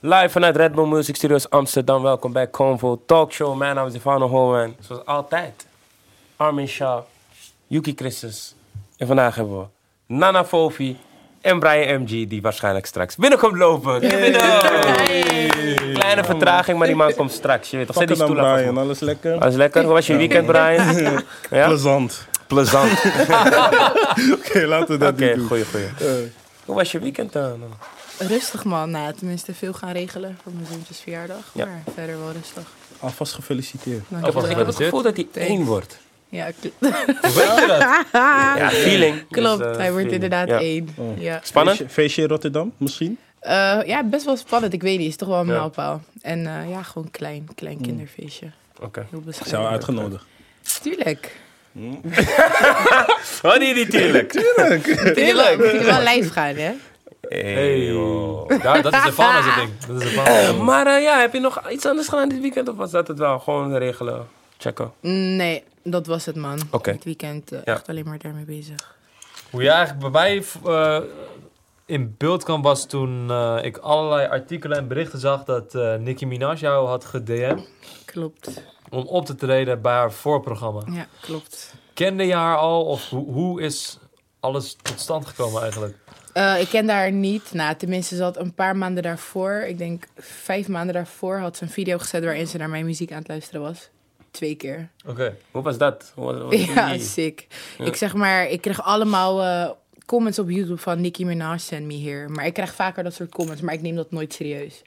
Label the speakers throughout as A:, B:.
A: Live vanuit Red Bull Music Studios Amsterdam. Welkom bij Convo Talkshow. Mijn naam is Ivano Holman. Zoals altijd, Armin Shah, Yuki Christus. En vandaag hebben we Nana Fofi en Brian MG, die waarschijnlijk straks binnenkomt lopen. Binnen! Kleine vertraging, maar die man komt straks. Je weet toch, zet die
B: Pakken dan
A: stoel af.
B: Brian, alles lekker?
A: Dat is lekker. Hoe was je weekend, Brian? Ja?
B: Plezant.
A: Plezant.
B: Oké, laten we dat
A: Oké,
B: niet doen.
A: goeie, goeie.
B: Eh,
A: Hoe was je weekend dan?
C: Rustig man, nou, tenminste veel gaan regelen voor mijn zoontjes verjaardag.
A: Ja. Oh,
C: Maar verder wel rustig.
B: alvast gefeliciteerd.
A: Ik heb het gevoel dat hij één wordt.
C: Ja, kl-
A: Weet je dat? Ja, feeling.
C: klopt.
A: Dus, eh,
C: Hij wordt
A: feeling.
C: inderdaad
A: Ja. Mm.
C: één.
B: Oh.
C: Ja.
A: Spannend?
B: Feestje, feestje in Rotterdam, misschien?
C: Eh, ja, best wel spannend. Ik weet niet, is toch wel een
A: Ja. Mm.
C: mijlpaal. En eh, ja, gewoon klein, klein kinderfeestje.
A: Oké.
C: Heel bescheiden.
B: Zijn we uitgenodigd.
C: Tuurlijk.
A: Oh, die natuurlijk.
C: Tuurlijk. Moet je wel lijf gaan, hè?
A: Hey, joh.
D: Ja, dat is de fauna ding. Dat is de fauna.
A: Maar eh, ja, heb je nog iets anders gedaan dit weekend? Of was dat het wel? Gewoon regelen, checken.
C: Nee, dat was het man.
A: Oké.
C: Het weekend eh,
A: Ja.
C: echt alleen maar daarmee bezig.
D: Hoe jij eigenlijk bij mij eh, in beeld kwam was toen eh, ik allerlei artikelen en berichten zag dat eh Nicki Minaj jou had gedm
C: Klopt.
D: om op te treden bij haar voorprogramma.
C: Ja, klopt.
D: Kende je haar al of ho- hoe is alles tot stand gekomen eigenlijk?
C: Eh, ik kende haar niet. Nou, tenminste, ze had een paar maanden daarvoor, ik denk vijf maanden daarvoor, had ze een video gezet waarin ze naar mijn muziek aan het luisteren was. Twee keer.
D: Oké.
A: Hoe was dat? Hoe was, hoe was
C: Ja,
A: die-
C: sick. Ik zeg maar, ik kreeg allemaal eh, comments op YouTube van Nicki Minaj send me here. Maar ik krijg vaker dat soort comments, maar ik neem dat nooit serieus.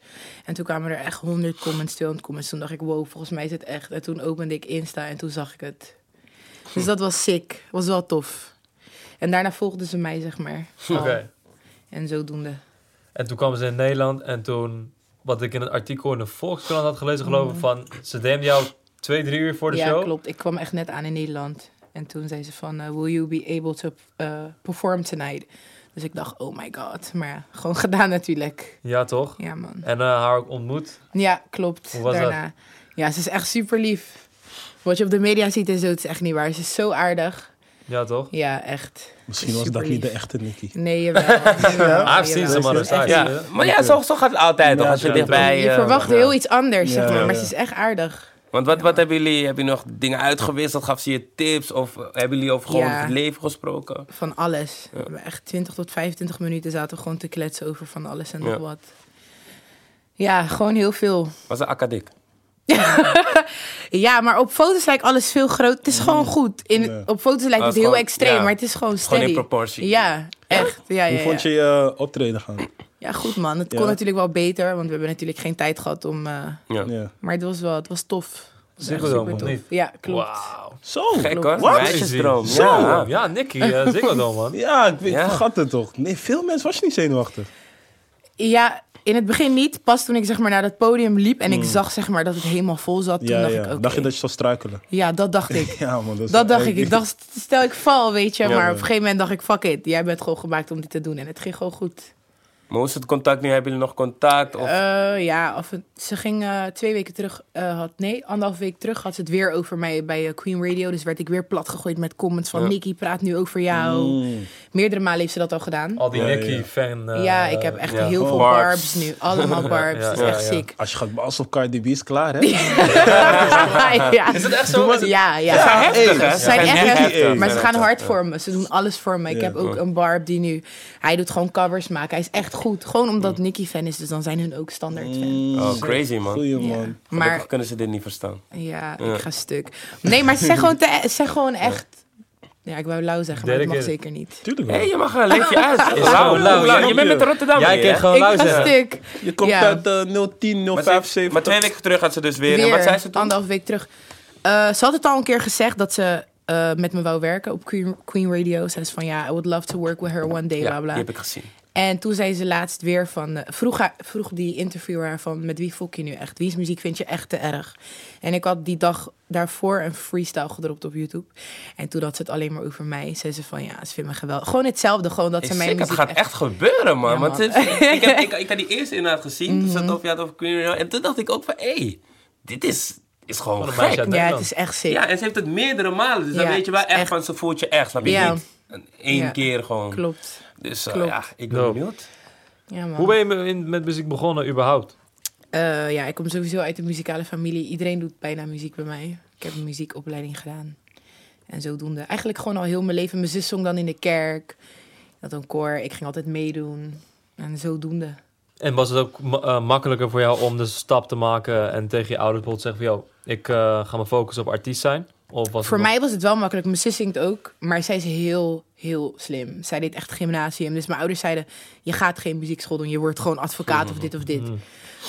C: En toen kwamen er echt 100 comments, 200 comments. Toen dacht ik, wow, volgens mij is het echt. En toen opende ik Insta en toen zag ik het. Dus dat was sick. Was wel tof. En daarna volgden ze mij, zeg maar.
D: Oké.
C: En zodoende.
D: Oh. En toen kwam ze in Nederland en toen, wat ik in een artikel in de Volkskrant had gelezen geloof ik, van ze DM'de jou twee, drie uur voor de
C: Mm. ja,
D: show.
C: klopt. Ik kwam echt net aan in Nederland. En toen zei ze van, eh, will you be able to eh, perform tonight? Dus ik dacht, oh my god. Maar ja, gewoon gedaan natuurlijk.
D: Ja, toch?
C: Ja, man.
D: En eh, haar ook ontmoet.
C: Ja, klopt.
D: Hoe was
C: Daarna. Ja, ze is echt super lief. Wat je op de media ziet en zo, het is echt niet waar. Ze is zo aardig.
D: Ja, toch?
C: Ja, echt.
B: Misschien was dat
C: Superlief.
B: niet de echte Nicky.
C: Nee, jawel. jawel
D: I've seen
C: jawel.
D: some other sides.
A: Ja, maar ja, zo, zo gaat het altijd. toch, als je
D: zo-
A: dichtbij...
C: Je
A: eh,
C: verwacht
A: ja.
C: heel iets anders,
B: Ja,
C: zeg maar.
B: ja.
C: Maar ze is echt aardig.
A: Want wat, wat hebben jullie? Hebben jullie nog dingen uitgewisseld? Gaf ze je tips? Of eh, hebben jullie over gewoon
C: Ja.
A: het leven gesproken?
C: Van alles. We hebben echt 20 tot 25 minuten zaten we gewoon te kletsen over van alles en nog
A: Ja.
C: wat. Ja, gewoon heel veel.
A: Was ze akadik?
C: Ja, maar op foto's lijkt alles veel groot. Het is gewoon goed. In,
B: Mm. Ja.
C: Op foto's lijkt
A: Ah,
C: het
A: het is
C: heel
A: gewoon-
C: extreem,
A: ja.
C: maar het is gewoon
A: Gewoon
C: steady.
A: in proportie.
C: Ja, echt. Ja, ja,
B: Hoe
C: ja.
B: vond je je eh, optreden gaan?
C: Ja, goed man. Het
B: Ja.
C: kon natuurlijk wel beter, want we hebben natuurlijk geen tijd gehad om. eh,
A: Ja.
B: Ja.
C: maar het was wel, het was tof. Het was echt
D: Ziggo Dome,
C: supertof.
D: of niet?
C: Ja, klopt.
D: Wauw.
B: Zo!
A: Gek hoor,
B: Wat?
A: meisjesdroom.
B: Zo.
A: Ja.
D: Ja, Nicky, uh, Ziggo Dome, man.
B: Ja, ik weet-
A: Ja.
B: vergat het toch. Nee, veel mensen was je niet zenuwachtig.
C: Ja, in het begin niet. Pas toen ik zeg maar naar dat podium liep en ik zag zeg maar dat het helemaal vol zat,
B: Mm.
C: toen
B: ja,
C: dacht
B: ja.
C: ik ook.
B: Dacht je dat je zou struikelen?
C: Ja, dat dacht ik.
B: Ja, man. Dat, is
C: Dat
B: wel
C: dacht ik.
B: eng.
C: Ik dacht, st- stel ik val, weet je.
B: Ja,
C: maar
B: ja.
C: op een gegeven moment dacht ik, fuck it. Jij bent gewoon gemaakt om dit te doen. En het ging gewoon goed.
A: Maar hoe is het contact nu? Hebben jullie nog contact? Of...
C: Eh, ja, of het- ze ging eh, twee weken terug, eh, had, nee, anderhalf week terug had ze het weer over mij bij eh, Queen Radio. Dus werd ik weer plat gegooid met comments van,
A: Ja.
C: Nicky praat nu ook voor jou.
B: Mm.
C: Meerdere malen heeft ze dat al gedaan.
D: Al die eh,
B: Ja, ja, ja.
D: Nicky-fan...
C: ja, ik heb echt heel
B: Oh.
C: veel
A: Barbs.
C: barbs. nu. Allemaal barbs.
D: Ja,
C: dat is
D: ja,
C: echt
D: ja.
C: ziek.
B: Als je gaat als op Cardi B is klaar, hè? Ja,
C: ja.
D: Is het echt zo? Is het-
C: Ja, ja.
A: heftig, hè?
C: Ze zijn
A: Ja.
C: echt
A: Heftig.
C: heftig. Maar ze
A: Ja.
C: gaan hard voor me. Ze doen alles voor me. Ik
B: Ja.
C: heb ook een barb die nu... Hij doet gewoon covers maken. Hij is echt goed. Gewoon omdat Nicky fan is. Dus dan zijn hun ook standaard fan.
A: Oh, crazy man.
B: Goeie
C: Ja.
B: Mm, man.
A: Maar
C: Maar
A: kunnen ze dit niet verstaan.
C: ja,
A: Ja.
C: ik ga stuk. Nee, maar ze zijn gewoon, te, ze zijn gewoon echt... Ja, ik wou lauw zeggen, maar dat mag
D: Dedicated.
C: zeker niet.
B: Tuurlijk
A: Hé,
B: wel.
A: je mag een leefje uit.
D: zo
A: Lauw,
D: lauw,
A: lauw.
D: ja.
A: Je bent met Rotterdam.
D: Jij
A: hè?
D: kent gewoon
C: Ik ga
D: luisteren.
C: stuk.
B: Je komt
C: Ja.
B: uit eh, 010,
A: Maar twee,
B: 057.
A: maar twee weken terug had ze dus weer. En
C: Weer,
A: wat zei ze toen?
C: anderhalf week terug. Eh, ze had het al een keer gezegd dat ze eh, met me wou werken op Queen, Queen Radio. Zei ze van ja, I would love to work with her one day,
A: Ja,
C: bla
A: die
C: bla.
A: heb ik gezien.
C: En toen zei ze laatst weer van... eh, vroeg, haar- vroeg die interviewer haar van... Met wie fok je nu echt? Wie's muziek vind je echt te erg? En ik had die dag daarvoor een freestyle gedropt op YouTube. En toen had ze het alleen maar over mij. Zei ze van ja, ze vindt me geweldig. Gewoon hetzelfde, gewoon dat ze
A: Is
C: mijn
A: sick, het
C: muziek
A: gaat echt gebeuren, man.
C: Ja,
A: Want
C: man. Mm.
A: het- ik, heb, ik, ik had die eerste inderdaad gezien. Toen zat het over, je had het over Queen Royale. En toen dacht ik ook van, hé, dit is, is gewoon
D: Wat een
A: gek.
D: meisje.
C: Ja, het is echt sick.
A: Ja, en ze heeft het meerdere malen. Dus dan
C: Ja,
A: weet je wel
C: het
A: echt,
C: is echt-
A: van, ze voelt je echt. Snap je
C: Ja.
A: niet? Een- één
C: Ja.
A: keer gewoon.
C: Klopt.
A: Dus eh,
C: Klopt.
A: ja, ik ben
D: No.
A: benieuwd.
C: Ja, man.
D: Hoe ben je me- in- met muziek begonnen überhaupt?
C: Eh, ja, ik kom sowieso uit een muzikale familie. Iedereen doet bijna muziek bij mij. Ik heb een muziekopleiding gedaan. En zodoende. Eigenlijk gewoon al heel mijn leven. Mijn zus zong dan in de kerk. Ik had een koor. Ik ging altijd meedoen. En zodoende.
D: En was het ook ma- eh, makkelijker voor jou om de stap te maken en tegen je ouders bijvoorbeeld te zeggen van... ...joh, ik eh, ga me focussen op artiest zijn? Of was
C: Voor
D: het nog-
C: mij was het wel makkelijk. Mijn zus zingt ook, maar zij is heel, heel slim. Zij deed echt gymnasium. Dus mijn ouders zeiden, je gaat geen muziekschool doen. Je wordt gewoon advocaat of dit of dit.
D: Mm.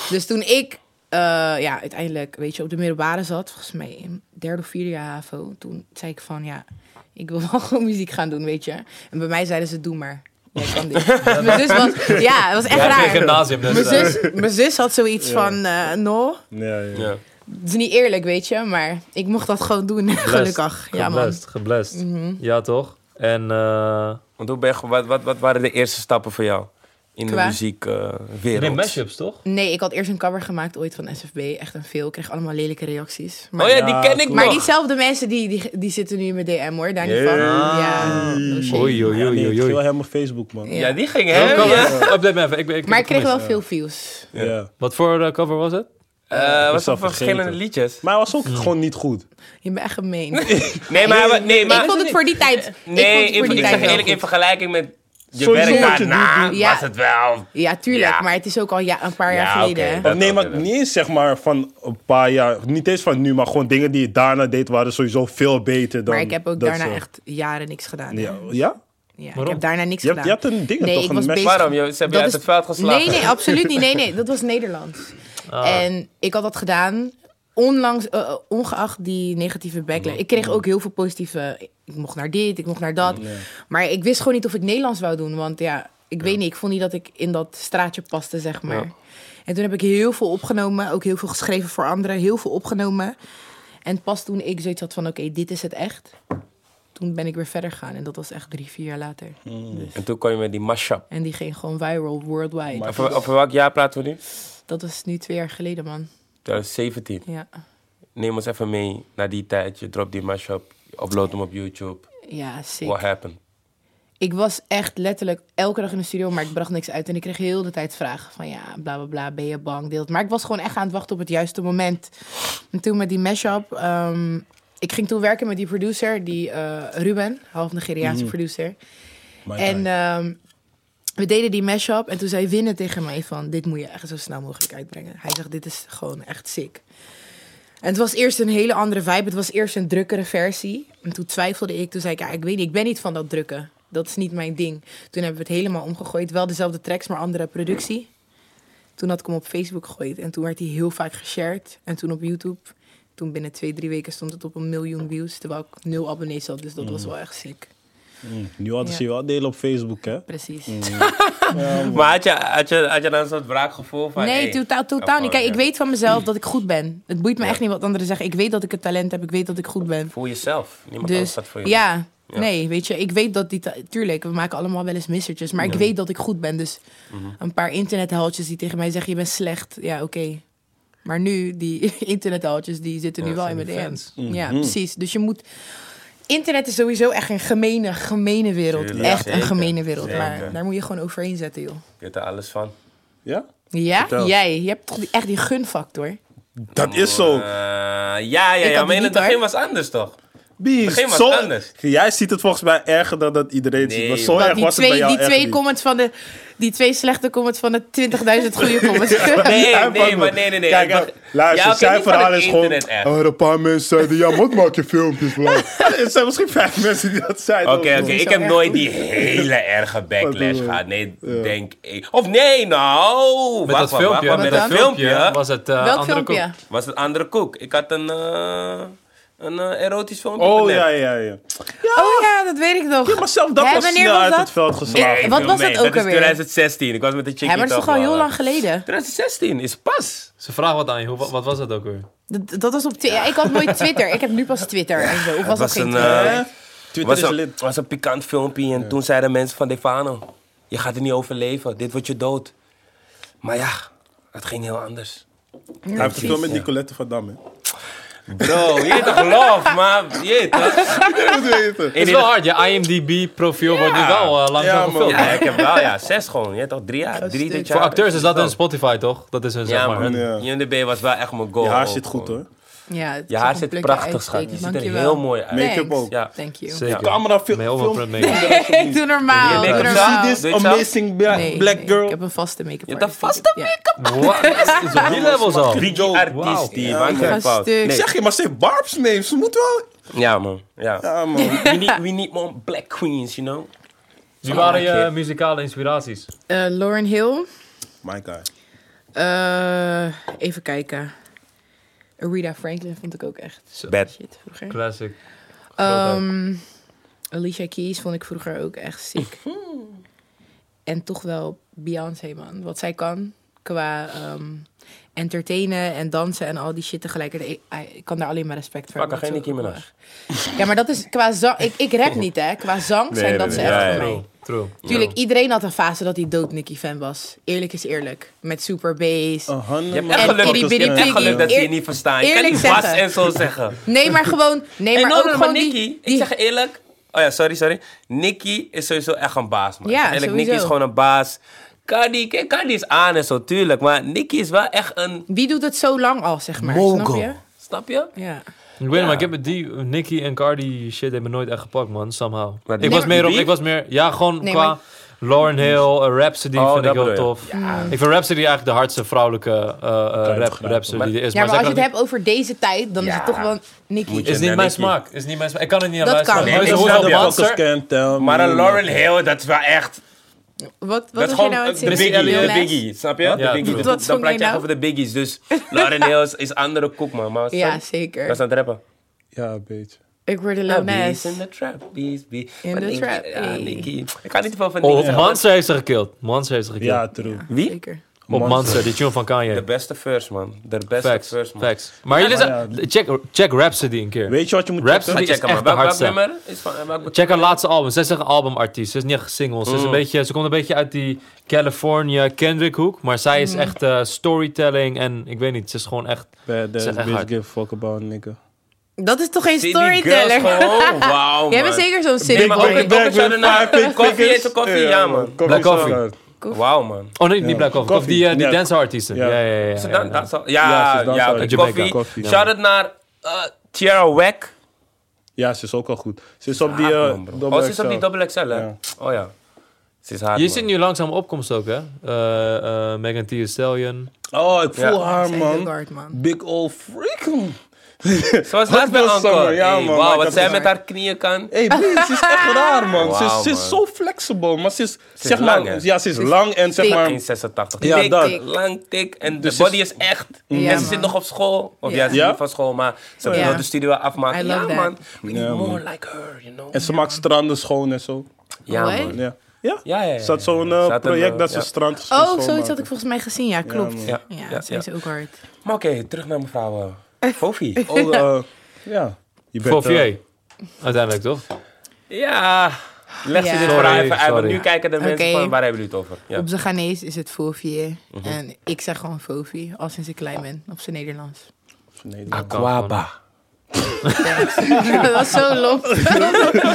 C: Dus toen ik eh, ja, uiteindelijk weet je, op de middelbare zat, volgens mij in derde of vierde jaar HAVO... toen zei ik van, ja, ik wil wel gewoon muziek gaan doen, weet je. En bij mij zeiden ze, doe maar. Jij kan dit. mijn zus was, ja, het was echt
D: Jij hebt geen
C: raar.
D: gymnasium, dus...
C: Mijn
D: eh,
C: zus, mijn zus had zoiets
B: Ja.
C: van, eh, no,
B: Ja, ja.
A: Ja.
C: het is niet eerlijk, weet je. Maar ik mocht dat gewoon doen, gelukkig. Ja, man. Mhm.
D: Geblest, geblest. Ja, toch? En eh,
A: Want hoe ben je, ge- wat, wat, wat waren de eerste stappen voor jou in de
C: Qua?
D: je
A: muziekwereld?
D: deed mashups, toch?
C: Nee, ik had eerst een cover gemaakt ooit van SFB. Echt een veel. Ik kreeg allemaal lelijke reacties. Maar,
A: oh ja, die ken ik
B: Ja,
C: maar
A: nog.
C: diezelfde mensen die, die, die zitten nu in mijn DM hoor. Daar niet van.
B: Yeah.
C: Ja, no shade.
D: Oei, oei,
B: Ja,
D: oei,
B: nee, ik
D: oei,
B: viel
D: oei.
B: helemaal Facebook, man.
C: Ja.
A: ja, die ging
D: Oh,
A: hem.
D: cover.
A: Ja.
D: Update me even. Ik, ik,
C: Maar ik kreeg wel
D: gemist.
C: veel views.
B: Ja.
D: Wat voor eh, cover was het?
A: Eh,
B: Ik
A: wat
B: zou
A: voor verschillende
B: vergeten.
A: liedjes?
B: Maar hij was ook gewoon niet goed.
C: Je bent echt gemeen.
A: Nee, maar... hij wa- Nee, maar
C: ik vond het voor die tijd.
A: Nee,
C: ik vond het voor
A: in- ik
C: die tijd
A: zeg
C: wel
A: eerlijk, in
C: goed.
A: vergelijking met je
B: Sowieso
A: werk
B: wat je nu
A: daarna
C: doet. Ja.
A: was het wel...
C: Ja, tuurlijk.
A: Ja.
C: Maar het is ook al ja, een paar
A: Ja,
C: jaar
A: oké.
C: geleden. hè.
A: Dat
B: Of nee, maar
A: altijd, hè.
B: niet eens zeg maar van een paar jaar. Niet eens van nu, maar gewoon dingen die je daarna deed waren sowieso veel beter dan.
C: Maar ik heb ook
B: dat
C: daarna
B: zo.
C: echt jaren niks gedaan. hè.
B: Ja? ja?
C: Ja, ik
D: Waarom?
C: heb daarna niks
B: Je, hebt,
C: gedaan.
B: je hebt een ding
C: Nee,
B: toch?
C: ik
B: Een
C: was
B: mes-
C: bezig-
A: Waarom? Je, ze hebben je
C: Dat
A: uit
C: is-
A: het veld geslagen.
C: Nee, nee, absoluut niet. Nee, nee, dat was Nederlands. En ik had dat gedaan, onlangs, eh, eh, ongeacht die negatieve backlash. Ik kreeg ook heel veel positieve. Ik mocht naar dit, ik mocht naar dat. Maar ik wist gewoon niet of ik Nederlands wou doen. Want ja, ik weet niet. Ik vond niet dat ik in dat straatje paste, zeg maar.
A: Ja.
C: En toen heb ik heel veel opgenomen. Ook heel veel geschreven voor anderen. Heel veel opgenomen. En pas toen ik zoiets had van: oké, dit is het echt. Toen ben ik weer verder gegaan. En dat was echt drie, vier jaar later.
A: En toen kwam je met die mashup.
C: En die ging gewoon viral worldwide.
B: Maar-
A: Over, over welk jaar praten we nu?
C: Dat was nu twee jaar geleden, man.
A: 2017.
C: Ja.
A: Neem ons even mee naar die tijd. Je dropt die mashup, je upload hem op YouTube.
C: Ja, sick.
A: What happened?
C: Ik was echt letterlijk elke dag in de studio, maar ik bracht niks uit. En ik kreeg heel de tijd vragen van ja, bla bla bla, ben je bang? Deelt. Maar ik was gewoon echt aan het wachten op het juiste moment. En toen met die mashup, ehm, ik ging toen werken met die producer, die eh, Ruben, half Nigeriaanse producer.
B: Maar-
C: En ehm, we deden die mashup en toen zei Winnen tegen mij van... dit moet je echt zo snel mogelijk uitbrengen. Hij zegt, dit is gewoon echt sick. En het was eerst een hele andere vibe. Het was eerst een drukkere versie. En toen twijfelde ik. Toen zei ik, ja, ik weet niet, ik ben niet van dat drukken. Dat is niet mijn ding. Toen hebben we het helemaal omgegooid. Wel dezelfde tracks, maar andere productie. Toen had ik hem op Facebook gegooid. En toen werd hij heel vaak geshared. En toen op YouTube. Toen binnen twee, drie weken stond het op een miljoen views. Terwijl ik nul abonnees had. Dus dat was wel echt sick.
B: Mm, nu hadden ze
C: Ja.
B: je wel delen op Facebook, hè?
C: Precies.
A: Maar had je, had, je, had je dan een soort wraakgevoel van...
C: Nee,
A: hey,
C: totaal, totaal
A: gewoon,
C: niet. Kijk,
A: ja.
C: ik weet van mezelf dat ik goed ben. Het boeit me echt niet wat anderen zeggen. Ik weet dat ik het talent heb. Ik weet dat ik goed ben.
A: Voel jezelf. Niemand anders
C: Dus
A: staat voor je.
C: ja,
A: Ja.
C: nee, weet je, ik weet dat die... ta- Tuurlijk, we maken allemaal wel eens missertjes. Maar ik weet dat ik goed ben. Dus een paar internetheltjes die tegen mij zeggen, je bent slecht. Ja, oké. Maar nu, die internetheltjes, die zitten nu
D: Ja,
C: wel in
D: zijn
C: mijn
D: die
C: DM's. Ja, precies. Dus je moet... Internet is sowieso echt een gemene, gemene wereld.
A: Tuurlijk,
C: echt een
A: zeker,
C: gemene wereld. Maar
A: zeker.
C: daar moet je gewoon overheen zetten, joh.
A: Je weet er alles van.
B: Ja?
C: Ja,
B: Vertel.
C: jij. Je hebt toch die- echt die gunfactor.
B: Dat is zo.
C: Oh,
A: Eh, ja, ja, ja.
C: had het
A: Maar in het
C: niet,
A: begin
C: hoor.
A: was anders, toch?
B: Beast.
A: Begin was
B: zo,
A: anders.
B: Jij ziet het volgens mij erger dan dat iedereen
A: Nee,
B: ziet. Maar
A: joh.
B: zo
A: Want
B: erg
C: die
B: was het bij
C: twee,
B: jou
C: die
B: echt
C: twee
B: niet.
C: comments van de... Die twee slechte comments van de 20.000 goede comments.
A: Nee,
B: Hij
A: nee,
B: pakt me.
A: maar nee, nee, nee.
B: Kijk,
A: Ik dacht-
B: maar luister,
A: Ja, oké,
B: zijn
A: niet van
B: verhaal
A: het
B: is gewoon...
A: internet echt.
B: Er een paar mensen zeiden, ja, wat maak je filmpjes, bla. er zijn misschien vijf mensen die dat zeiden.
A: Oké, oké. Ik
C: niet zo
A: heb
C: erg,
A: nooit die hele erge backlash
B: Wat, eh,
A: gehad. Nee, denk ik. Of nee, nou.
D: Met dat filmpje.
A: Wacht,
D: met
A: met dat
C: Wat
D: dat
C: dan?
A: filmpje
D: was het eh,
C: Welk
D: andere
C: filmpje?
D: koek.
A: was het andere koek. Ik had een, eh, een eh, erotisch filmpje.
B: Oh,
A: gelegd.
B: ja, ja, ja.
C: Oh ja, dat weet ik nog.
B: Ja, maar zelf dat
C: Hè,
B: was
C: wanneer
B: snel
C: was
B: uit
C: dat?
B: het veld geslagen.
A: Nee,
C: Eh, Wat
A: joh,
C: was
A: nee,
C: dat ook
A: is
C: alweer?
A: 2016. Ik was met de chickie
C: Ja, maar dat is toch al heel lang geleden?
A: 2016 is pas.
D: Ze vragen wat aan je. Hoe, wat was dat ook weer?
C: Dat, dat was op... Twi- Ja, ik had nooit Twitter. Ik heb nu pas Twitter en zo. Of was dat
A: was
C: geen
A: een,
C: Twitter?
A: eh,
B: Hè? Twitter
A: was
B: is
A: een,
B: lid.
A: was een pikant filmpje en toen zeiden mensen van Defano, je gaat er niet overleven, dit wordt je dood. Maar ja, het ging heel anders. Oh,
B: Hij heeft het film met Nicolette van Dam, hè?
A: Bro, je heet toch love, maar je heet toch?
B: Hoe doe je het?
D: Het is wel hard, je IMDb-profiel wordt nu wel eh, langzaam
B: Ja, man.
D: gevuld.
A: Ja, ik heb wel, ja, zes gewoon. Je hebt toch drie jaar, drie dit jaar.
D: Voor acteurs is dat een Spotify, toch? Dat is hun, zeg
A: Ja,
D: maar.
A: man.
D: hun-
B: Ja.
A: JNDB was wel echt mijn goal.
B: Je haar
A: ook
B: zit goed
A: gewoon.
B: hoor.
C: Ja, het
A: Je
C: is
A: haar
C: echt een
A: zit
C: plukken
A: prachtig, schat. Je
C: uitsteken.
A: ziet er
C: Dankjewel.
A: heel mooi uit.
B: Make-up
C: Thanks.
B: ook.
A: Ja.
C: Thank you.
D: Zeker.
B: Camera veel.
D: Mee over
B: film-
D: met make-up.
C: Ik doe normaal.
A: Je
C: doe
A: make-up
C: normaal.
A: zelf? Doe
B: See this
A: je het zelf?
B: amazing bla-
C: Nee,
B: black
C: nee,
B: girl.
C: Ik heb een vaste make-up
A: Je hebt
C: artist.
A: een vaste
C: Ja.
D: Wat? Is op die levels al?
A: Drie artiest die
B: Ja,
A: man
B: man.
A: geen fout.
C: Stuk.
B: Ik
A: Nee.
B: zeg je, maar ze heeft Barb's name. Ze moet wel...
A: Ja, man. Ja.
B: Ja, man.
A: We need, we need more black queens, you know?
D: Wie waren je
A: Oké.
D: muzikale inspiraties?
C: Eh, Lauren Hill.
B: My guy.
C: Eh, even kijken. Aretha Franklin vond ik ook echt
A: Bad.
C: shit vroeger.
D: Classic.
C: Ehm, Alicia Keys vond ik vroeger ook echt sick.
A: Hmm.
C: en toch wel Beyoncé, man. Wat zij kan qua ehm, entertainen en dansen en al die shit tegelijkertijd. Ik, I- ik kan daar alleen maar respect voor
A: Pak er
C: hebben.
A: geen Nicki
C: Dat is
A: Minaj.
C: ook wel- Ja, maar dat is qua zang. Ik, ik rap niet, hè. Qua zang
B: Nee,
C: zijn
B: nee,
C: dat
B: nee,
C: ze
B: ja,
C: echt
A: ja,
C: voor
A: ja.
C: mij.
D: True, true.
C: Tuurlijk, iedereen had een fase dat hij dood Nicky fan was. Eerlijk is eerlijk. Met Super Bass.
B: Oh.
A: Je hebt
C: En
A: echt geluk,
C: itty
A: je
C: bitty
A: hebt echt
C: piggy.
A: geluk dat ze je
C: Eer-
A: niet verstaan. Je kan
C: eerlijk
A: niet was
C: zeggen.
A: en zo zeggen.
C: Nee, maar gewoon. Nee,
A: Hey,
C: maar
A: no,
C: ook
A: no,
C: gewoon
A: maar Nicky,
C: die,
A: ik
C: die-
A: zeg je eerlijk. Oh ja, sorry, sorry. Nicky is sowieso echt een baas, man.
C: Ja,
A: eerlijk,
C: sowieso.
A: Nicky is gewoon een baas. Cardi, kijk, Cardi is aan en zo, tuurlijk. Maar Nicky is wel echt een
C: Wie doet het zo lang al, zeg maar?
A: mogul.
C: Snap je?
A: Snap je?
C: Ja.
D: Ik weet niet, maar ik heb het die Nicky en Cardi shit hebben me nooit echt gepakt, man. Somehow.
A: Maar
D: ik
A: die-
D: was meer op,
A: die?
D: ik was meer, ja, gewoon
C: Nee,
D: qua
C: maar-
D: Lauren Hill, eh, Rhapsody
A: Oh,
D: vind ik
A: dat
D: heel
A: bedoel je.
D: tof. Ik vind Rhapsody eigenlijk de hardste vrouwelijke eh, eh rap,
B: begrijpen.
D: Rhapsody
A: Maar-
D: die er is.
C: Ja, maar
D: zij
C: als je
D: kan
C: het hebt over deze tijd, dan is
A: Ja.
C: het toch wel Nicky.
A: Moet je-
D: Is niet
A: Ja,
D: mijn
A: Nicki.
D: smaak. Is niet mijn smaak. Ik kan er niet aan
C: Dat
D: luisteren.
C: kan.
D: Hoe
C: Nee,
D: is- hoe is
A: snap
D: de
A: je.
D: monster?
A: Maar een Lauren Hill, dat is wel echt...
C: Wat,
A: Dat
C: wat
A: is
C: was je
A: gewoon
C: nou aan
A: de
C: het zeggen?
A: biggie,
C: Lil
A: de
C: Nas?
A: biggie, snap je?
D: Ja.
A: de biggie.
D: Wat
A: Dan,
C: zong
A: praat
C: je
A: je echt
C: nou?
A: over de biggies. Dus Lauren Hill is, is andere koek, man. Maar
C: Ja,
A: Dat is
C: zeker.
A: aan het rappen.
B: Ja, een beetje.
C: Ik word de
A: Ja,
C: Lil
A: bees
C: Nas.
A: in the trap, bees, bees.
C: In
A: Maar
C: the
A: Nicki-
C: trap,
A: ja,
C: ey.
A: Nicki. Ik kan niet te veel van Nicki
D: Oh, op
A: zeggen.
D: Monster heeft ze gekild. Monster heeft ze gekild.
B: Ja, true.
A: Wie?
C: Zeker.
D: Op Monster, die tune van
A: De
D: Kanye.
A: beste first, man. De beste
D: Facts.
A: first, man.
D: Facts. Maar jullie
B: maar
D: zijn... Check, check Rhapsody een keer.
B: Weet je wat je moet
D: Raps-
A: Ga
D: Die is
A: checken,
D: echt
A: man.
D: de
A: Welk- Welk
D: hardste.
A: nummer is van... eh, welk-
D: Check haar laatste album. Zij is echt een albumartiest. Ze is niet echt singles. Ze,
B: Mm.
D: is een beetje, ze komt een beetje uit die California Kendrick hoek. Maar zij
C: Mm.
D: is echt eh, storytelling en ik weet niet. Ze is gewoon echt...
B: Badass
D: Zeg echt
B: bitch
D: hard.
B: give a fuck about nigga.
C: Dat is toch geen
A: Zie die girls
C: storyteller?
A: gewoon, Wauw,
C: Jij
A: man.
C: bent zeker zo'n
A: Nee,
C: city
A: maar
C: boy.
A: ook een dokter zou ernaar. Koffie eten, koffie,
B: Eh,
A: ja, man.
D: Black coffee.
A: Wauw, man.
D: Oh nee, niet Black Coffee. Of
B: Coffee.
D: die, eh, die
B: Ja.
D: danceartiesten. Ja,
B: Ja.
D: ja, ja. ja,
A: Ze
D: ja,
A: dan-
D: ja.
A: dan zal-
B: Ja, ze
A: Ja,
B: dan
A: ja,
B: zou-
A: oké,
D: Jamaica.
A: koffie.
B: Koffie, ja,
A: Shout-out naar eh, Tierra Wack.
B: Ja, ze is ook al goed. Ze is op die...
A: Haat,
B: eh,
A: man, bro.
B: double
A: Oh, ze is op die
B: XL.
A: double XL, hè?
B: Ja.
A: Oh ja. Ze is hard,
D: Je
A: man.
D: ziet nu langzaam opkomst ook, hè? Eh, eh, Megan Thee Stallion.
B: Oh, ik voel
A: Ja.
B: haar,
C: Heel
B: man.
C: hard, man.
B: Big old freak.
A: Ze was laatst bij
B: Hard Boiled
A: Encore.
B: Summer, ja,
A: Hey,
B: man,
A: Wauw,
B: maar
A: wat
B: dat
A: zij
B: is
A: met haar knieën kan.
B: Hé, hey, ze is echt raar, man. ze,
A: Wauw,
B: is, ze is
A: man.
B: zo flexibel, maar ze is,
A: is
B: zeg
A: lang,
B: maar,
A: hè?
B: ja, ze is lang en zeg
C: dik.
B: maar,
A: 1,86.
B: Ja,
A: dik,
B: dat.
A: dik, lang, dik. En
B: Dus
A: de
B: ze
A: body
B: is- Mm.
A: is echt.
C: Ja,
A: en ze
C: man.
A: zit nog op school. Of ja,
C: Ja.
A: ze is
B: Ja?
A: niet van school, maar ze
C: Ja.
A: wil de studio
C: I
A: afmaken. Ja,
C: love that.
A: man. We need
B: Ja, man.
A: more like her, you know.
B: en ze maakt stranden schoon en zo.
A: Ja,
C: What?
A: man.
B: Ja, ja.
A: Ja, ja, ja.
B: Ze had zo'n
A: Ze
B: eh,
A: had een,
B: project
A: eh,
B: dat ze
A: ja.
B: strand schoon
C: Oh, zoiets had
B: maakte.
C: ik volgens mij gezien. Ja, klopt.
B: man.
C: Ja,
A: Ja, ja,
C: zij
A: ja.
C: is ook hard.
A: Maar oké, terug naar mevrouw eh, Fofi.
B: Oh, eh, ja. Je bent, eh,
D: Fauvier. Uiteindelijk, toch?
A: Ja, leg ze
C: Ja.
A: dit verhaal
D: Sorry,
A: even uit. Want
D: sorry.
A: nu kijken de mensen
C: Oké.
A: van, waar hebben jullie het over? Ja.
C: Op zijn Ghanese is het Fofie.
A: Mhm.
C: En ik zeg gewoon Fofie, al sinds ik klein ben, op zijn Nederlands.
B: nee,
A: Ah, Aquaba.
C: dat was zo lomp.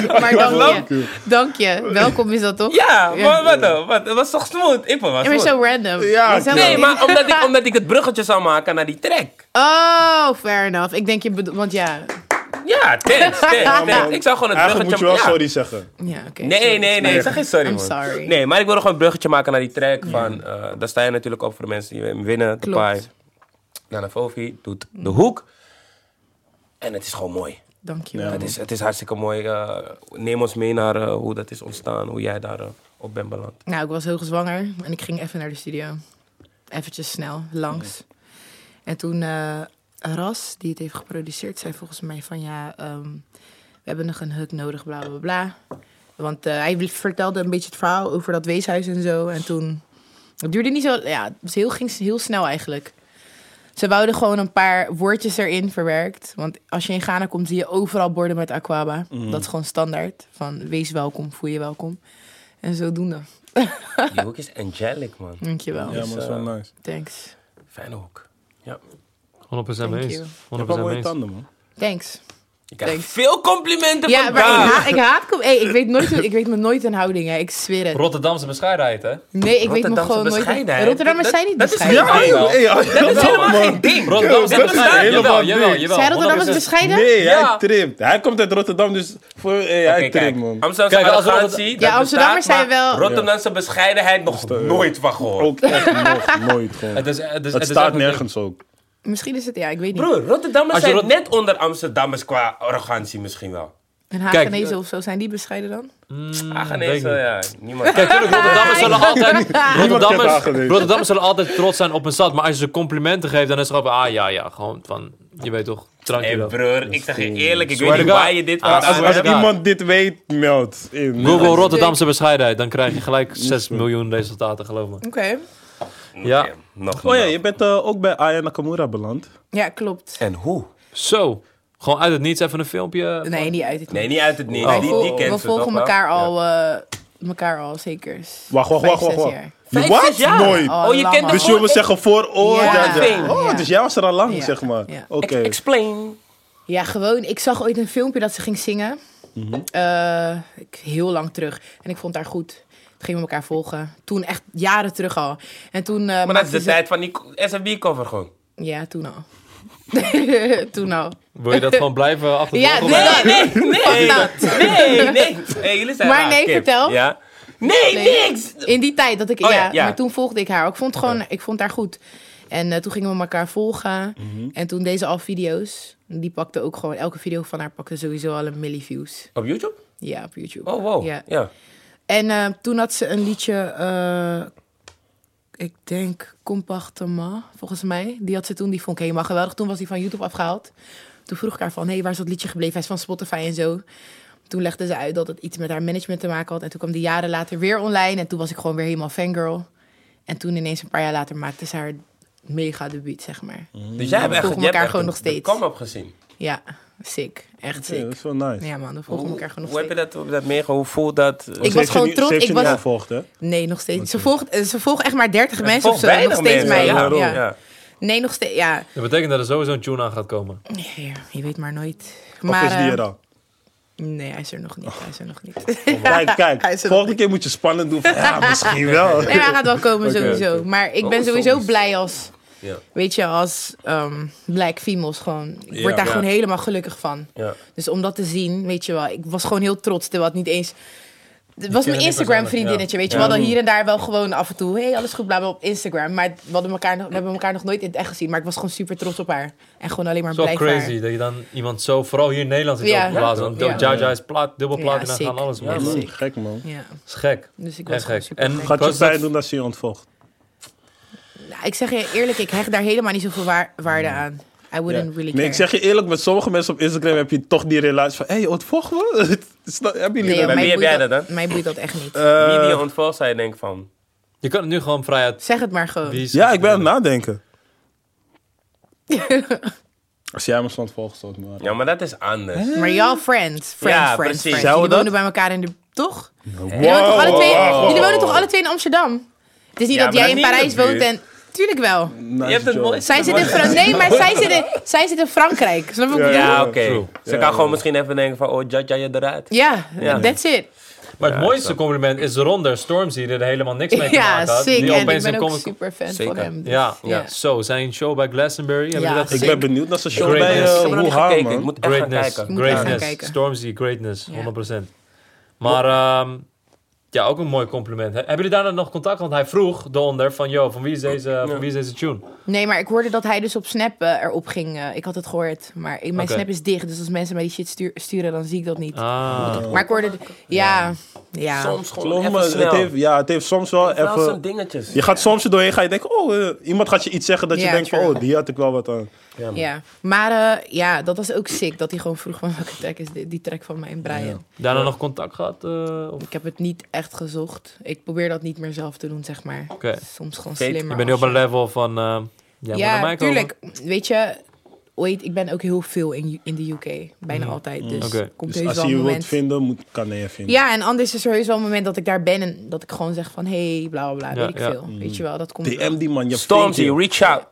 C: maar dank je. Dank je. Welkom is dat toch?
A: Ja,
C: Ja.
A: maar wat dan? Wat, het was toch smooth? Ik vond het
C: Ja,
A: wel smooth.
C: maar zo random.
B: Ja,
C: Dat is helemaal
A: Nee,
C: niet-
A: maar omdat ik, omdat ik het bruggetje zou maken naar die track.
C: Oh, fair enough. Ik denk je bedoelt... Want ja...
A: Ja, thanks, thanks,
C: Ja,
A: thanks. Ik zou gewoon het bruggetje...
B: Eigenlijk moet je wel
A: ja.
B: sorry zeggen.
C: Ja, oké.
A: Nee, nee, nee.
C: Maar-
A: Zeg geen sorry,
C: I'm
A: man.
C: sorry.
A: Nee, maar ik wilde gewoon een bruggetje maken naar die track. Van, eh, daar sta je natuurlijk op voor de mensen die hem winnen.
C: Klopt. Mm.
A: Klopt. Nana Fofi doet de hoek. En het is gewoon mooi.
C: Dank je wel.
A: Het, is, het is hartstikke mooi. Eh, neem ons mee naar eh, hoe dat is ontstaan. Hoe jij daar eh, op bent beland.
C: Nou, ik was heel zwanger en ik ging even naar de studio. Eventjes snel, langs. En toen eh, Ras, die het heeft geproduceerd, zei volgens mij van ja, ehm, we hebben nog een hook nodig, bla bla bla. Want eh, hij vertelde een beetje het verhaal over dat weeshuis en zo. En toen, het duurde niet zo, ja, het was heel, ging heel snel eigenlijk. Ze wouden gewoon een paar woordjes erin verwerkt. Want als je in Ghana komt, zie je overal borden met Aquaba. Dat is gewoon standaard. Van wees welkom, voel je welkom. En zodoende.
A: Die hoek is eh, angelic, man.
C: Dankjewel.
B: Ja, maar dat is wel nice.
C: Thanks.
A: Fijne hoek. Ja.
D: 100% mee
C: Thank
D: eens.
C: you.
D: 100%
B: wel
D: mee
B: mooie
D: eens.
B: tanden, man.
C: Thanks.
A: Ik krijg
C: Thanks.
A: veel complimenten
C: Ja, maar
A: vandaag.
C: ik, ha- ik haat... kom- Hey, ik, weet nooit, ik weet me nooit aan houdingen, ik zweer het.
D: Rotterdamse bescheidenheid, hè?
C: Nee, ik weet me
A: Rotterdamse
C: gewoon nooit...
A: bescheidenheid.
C: Rotterdammers
A: Dat-
C: zijn niet
A: dat is-
C: bescheiden.
A: Ja, joh. Dat is helemaal geen ding.
D: Rotterdamse
B: dat is
D: bescheidenheid. Jawel,
B: helemaal
D: jawel,
B: niks.
D: jawel.
C: Zijn Rotterdammers
D: 100%.
C: bescheiden?
B: Nee,
A: Ja.
B: hij trimt. Hij komt uit Rotterdam, dus voor, hey, hij
A: Oké, kijk,
B: trimt, man.
A: Amsterdamse
D: Kijk, als
A: arrogantie,
D: Rotterdam-
A: dat
C: Ja, Amsterdammers
A: bestaat,
C: zijn
A: maar
C: wel-
A: Rotterdamse bescheidenheid nog nooit van gehoord.
B: Ook echt nog nooit, gewoon.
D: Het,
B: Het,
D: is, het, is, is
B: staat
D: echt een ding.
B: nergens ook.
C: Misschien is het... Ja, ik weet niet.
A: Broer, Rotterdammers
D: Als je
A: zijn
D: Rot-
A: net onder Amsterdammers qua arrogantie misschien wel.
C: Een
D: Kijk,
C: Haagenezen of zo, zijn die bescheiden dan?
D: Mm,
A: Ah,
D: weet
A: nee,
D: ik
A: zo,
D: niet.
A: ja. Niemand.
D: Kijk, tuurlijk, Rotterdammers zullen altijd...
B: kent
D: Rotterdammers,
B: Hagenezen.
D: Rotterdammers zullen altijd trots zijn op een stad. Maar als je ze complimenten geeft, dan is het gewoon... Ah, ja, ja. Gewoon van... Je weet toch... Drankje
A: hey,
D: dan.
A: broer, ik zeg je eerlijk, ik
D: Swear
A: weet niet
D: to God.
A: waar je dit
D: Ah,
A: vandaan-
B: Als,
D: swear
B: als
D: to God.
B: iemand dit weet, meld. in.
D: Google Rotterdamse bescheidenheid. Dan krijg je gelijk 6 miljoen resultaten, geloof me.
C: Oké.
D: Ja.
A: Oké, nog
B: Oh ja,
A: een.
B: je bent eh, ook bij Aya Nakamura beland.
C: Ja, klopt.
A: En hoe?
D: Zo. Gewoon uit het niets even een filmpje.
C: Nee, niet uit het
A: Nee, niet uit het niet. Die,
C: vol-
A: die kent
C: we
A: ze toch
C: volgen
A: wel?
C: elkaar
A: Ja.
C: al, eh, elkaar al zeker. s-
B: Wacht, wacht,
C: vijf,
B: wacht, wacht.
C: zes
B: wacht.
C: jaar.
A: Vijf,
B: Wat?
A: zes jaar?
B: Nooit.
C: Oh,
A: Oh, je
C: lang
A: kent
C: al.
A: de
B: Dus je wil zeggen voor, oh,
C: Ja.
B: ja, ja.
C: Ja.
B: Oh, dus jij was er al lang,
C: Ja.
B: zeg maar.
C: Ja.
B: Oké.
A: Ex- Explain.
C: Ja, gewoon. Ik zag ooit een filmpje dat ze ging zingen.
A: Mhm.
C: Eh, ik, heel lang terug. En ik vond haar goed. Toen gingen we elkaar volgen. Toen echt jaren terug al. En toen. eh,
A: Maar dat is
C: maakte
A: de
C: ze-
A: tijd van die SMB-cover gewoon.
C: Ja, toen al. toen al.
D: Wil je dat gewoon blijven achter de
C: Ja,
D: ogen
C: dus
D: bij-
C: dat.
A: Nee, nee,
C: dat.
A: nee, nee. Hey, jullie zijn
C: Maar
A: raar,
C: nee,
A: Kip.
C: vertel.
A: Ja? Nee,
C: Nee.
A: niks.
C: In die tijd dat ik.
A: Oh,
C: ja,
A: ja, ja.
C: maar toen volgde ik haar. ook. Ik vond, gewoon, ik vond haar goed. En eh, toen gingen we elkaar volgen.
A: Mhm.
C: En toen deze al video's. Die pakte ook gewoon. Elke video van haar pakte sowieso al een millie views.
A: Op YouTube?
C: Ja, op YouTube.
A: Oh, wow.
C: Ja.
A: Ja.
C: En eh, toen had ze een liedje, eh, ik denk Compartement, volgens mij. Die had ze toen, die vond ik helemaal geweldig. Toen was die van YouTube afgehaald. Toen vroeg ik haar van, hé, hey, waar is dat liedje gebleven? Hij is van Spotify en zo. Toen legde ze uit dat het iets met haar management te maken had. En toen kwam die jaren later weer online. En toen was ik gewoon weer helemaal fangirl. En toen ineens een paar jaar later maakte ze haar mega debuut, zeg maar.
A: Dus jij hebt echt,
C: volgen
A: jij hebt
C: elkaar
A: echt
C: gewoon
A: een-
C: nog steeds.
A: de come-up gezien.
C: Ja, sick.
B: Ja,
C: Echt
B: dat
C: sick.
B: is wel nice.
C: Ja man, we volgen elkaar gewoon nog
A: Hoe heb je
C: steeds.
A: dat, dat meegehoord? Hoe voelt dat? eh,
C: Ik
B: Ze
C: was
B: heeft je
C: gewoon
B: niet- Ze
C: trots.
B: heeft
C: Ik
B: je niet
C: was...
B: gevolgd, hè?
C: Nee, nog steeds. Ze volgt, eh, ze volgt echt maar 30 mensen of
A: Volgens
C: zo. en Nog steeds mij. Ja,
A: Ja,
C: ja.
A: ja.
C: Nee, nog steeds. Ja.
D: Dat betekent dat er sowieso een tune aan gaat komen.
C: Ja, je weet maar nooit.
B: Of
C: Maar,
B: is die
C: eh,
B: er al?
C: Nee, hij is er nog niet. Hij is er nog niet.
B: Oh, Kijk,
C: Hij
B: kijk.
C: is er
B: Volgende keer moet je spannend doen. van, Ja, misschien wel.
C: Nee, hij gaat wel komen
B: Oké,
C: sowieso. Maar ik ben
A: Oh,
C: sowieso
A: soms.
C: blij als,
A: Ja.
C: weet je, als ehm, black females gewoon. Ik word
B: Ja.
C: daar
A: Ja.
C: gewoon helemaal gelukkig van.
A: Ja.
C: Dus om dat te zien, weet je wel, ik was gewoon heel trots. Terwijl het niet eens... Het was mijn
D: niet
C: Instagram
D: persoonlijk,
C: vriendinnetje,
D: ja.
C: weet je. We hadden hier en daar wel gewoon af en toe... hey, alles goed, bla, bla, op Instagram. Maar we, hadden elkaar, nog- we hebben elkaar nog nooit in het echt gezien. Maar ik was gewoon super trots op haar. En gewoon alleen maar
D: Zo
C: blij voor haar.
D: crazy dat je dan iemand zo, vooral hier in Nederland, is
C: Ja.
D: opgeblazen. Want
C: Ja.
D: Jaja is plat, dubbel
C: Ja,
D: plat en dan
C: sick.
D: gaan alles
A: Ja,
D: mee.
A: man.
D: Dat
B: Mm, Gek, man.
C: Ja,
D: is gek.
C: dus ik was
D: Echt
C: gewoon
D: gek.
C: super
D: En
C: blij.
D: ik
B: Gaat je
D: was dat-
B: pijn doen als ze je ontvolgt?
C: Nou, ik zeg je eerlijk, ik hecht daar helemaal niet zoveel waar- waarde aan. I wouldn't
B: Ja.
C: really care.
B: Nee, ik zeg je eerlijk, met sommige mensen op Instagram heb je toch die relatie van... Hé, hey, ontvolg me? Snap- Hebben jullie
C: Nee,
B: dat?
C: joh,
A: Bij
C: mij
A: wie heb
C: boeit
A: jij dat
C: dat, Mij boeit dat echt niet.
B: Eh,
A: Wie die ontvolgt, zou je denken van...
D: Je kan het nu gewoon vrij uit.
C: zeg het maar gewoon.
D: Wie is-
B: Ja, ik ben aan het nadenken. Als jij me stond volgens tot maar.
A: Ja, maar dat is anders.
C: Maar jouw friends, friends,
A: Ja,
C: friends,
A: precies.
C: friends.
B: Zou
C: Jullie
B: dat?
C: wonen bij elkaar in de... Toch? Jullie, wonen toch alle twee, jullie wonen toch alle twee in Amsterdam? Het is niet
A: Ja,
C: dat
A: maar
C: jij in
A: niet in de
C: Parijs woont
A: buurt.
C: en... Tuurlijk wel.
B: Nice
A: Je hebt het
B: job.
A: mooi-
C: Zij zit in Frankrijk. Nee, maar zij zit in, zij zit in Frankrijk. Snap je? wat ik bedoel?
A: Ja,
B: Ja,
A: oké.
D: true.
A: Ze kan gewoon misschien even denken van... Oh, judge jij je eruit?
C: Ja, that's it.
D: Maar het mooiste compliment is eronder Stormzy, die er helemaal niks mee te
C: Ja,
D: maken had.
C: sick.
D: Die
C: En ik
D: opeens
C: ben
D: een
C: ook
D: comic-
C: super fan
A: Zeker.
C: van hem. dus,
D: Ja, ja. zo. Zijn show bij Glastonbury. Hebben
C: Ja,
D: jullie dat
B: Ik
D: gezien?
B: ben benieuwd naar zijn show
D: Great
B: bij
D: is.
B: eh,
D: Ik heb
A: nog niet
B: Wuhan,
A: gekeken.
B: man.
A: Ik moet echt gaan
D: Greatness.
A: kijken.
C: Moet echt gaan
D: Greatness.
C: kijken.
D: Stormzy, greatness.
C: Ja.
D: 100%. Maar ehm, ja, ook een mooi compliment. He- Hebben jullie daarna nog contact? Want hij vroeg daaronder van, yo, van wie is deze, van wie is deze tune?
C: Nee, maar ik hoorde dat hij dus op Snap eh, erop ging. eh, ik had het gehoord, maar ik- mijn
D: Oké.
C: Snap is dicht. Dus als mensen mij die shit stuur- sturen, dan zie ik dat niet.
D: Ah.
C: Maar ik hoorde... Ja, ja.
A: Soms gewoon
B: Geloof
A: even
B: me,
A: snel.
B: het heeft, ja, het heeft soms wel
A: Wel zo'n
B: even...
A: dingetjes.
B: Je gaat soms er doorheen, ga je denken, oh, eh, iemand gaat je iets zeggen dat je
C: Ja,
B: denkt van,
C: true.
B: oh, die had ik wel wat aan.
C: ja. Maar eh, ja, dat was ook sick. Dat hij gewoon vroeg van welke track is dit? Die track van mij en Brian.
D: Daarna nog contact gehad? eh, of?
C: Ik heb het niet echt gezocht. Ik probeer dat niet meer zelf te doen, zeg maar.
D: Oké.
C: Soms gewoon
A: Kate,
C: slimmer.
D: Ik ben nu
C: als
D: op een
C: je-
D: level van... eh, jij moet naar
C: Ja,
D: mij komen.
C: tuurlijk. Weet je, ooit, ik ben ook heel veel in, in de UK. Bijna altijd. Dus
D: Mhm. Oké.
C: komt
B: Dus
C: heus
B: als
C: wel
B: je
C: een
B: je
C: moment.
B: wilt vinden, moet, kan hij je vinden.
C: Ja, en anders is er heus wel een moment dat ik daar ben en dat ik gewoon zeg van hé, hey, bla bla bla,
D: Ja,
C: weet ik
D: ja.
C: veel. Weet je wel, dat komt wel.
B: DM die man, je hebt
A: Stormzy,
B: vriendje.
A: reach out.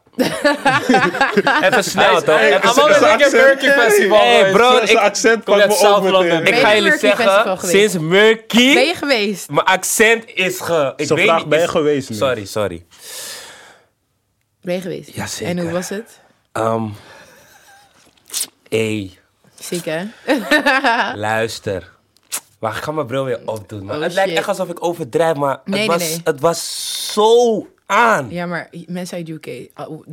A: Even snel, toch?
D: Hey,
A: Even
D: I'm
A: snel.
D: always
B: Zijn
D: like a
B: accent.
D: Merkin Festival.
A: Hey,
D: boys.
A: bro,
B: Zijn- zijn
A: ik-
B: accent
D: Kom
B: pakt
D: uit
B: me ook
D: Southland,
B: meteen.
D: man.
A: Ik ga
C: je
A: jullie
C: Murky Festival
A: zeggen,
C: geweest?
A: sinds Murky...
C: Ben je geweest?
A: Mijn accent is ge... Ik
B: Zo'n
A: weet
B: vraag
A: niet,
B: ben je
A: is-
B: geweest nu.
A: Sorry, sorry.
C: Ben je geweest?
A: Jazeker.
C: En hoe was het?
A: Ehm hey,
C: Ziek, hè?
A: luister. Maar ik ga mijn bril weer opdoen. man.
C: Ah. Oh,
A: het lijkt
C: shit.
A: echt alsof ik overdrijf, maar
C: Nee,
A: het,
C: nee,
A: was,
C: nee.
A: het was zo aan.
C: Ja, maar mensen uit UK, uh,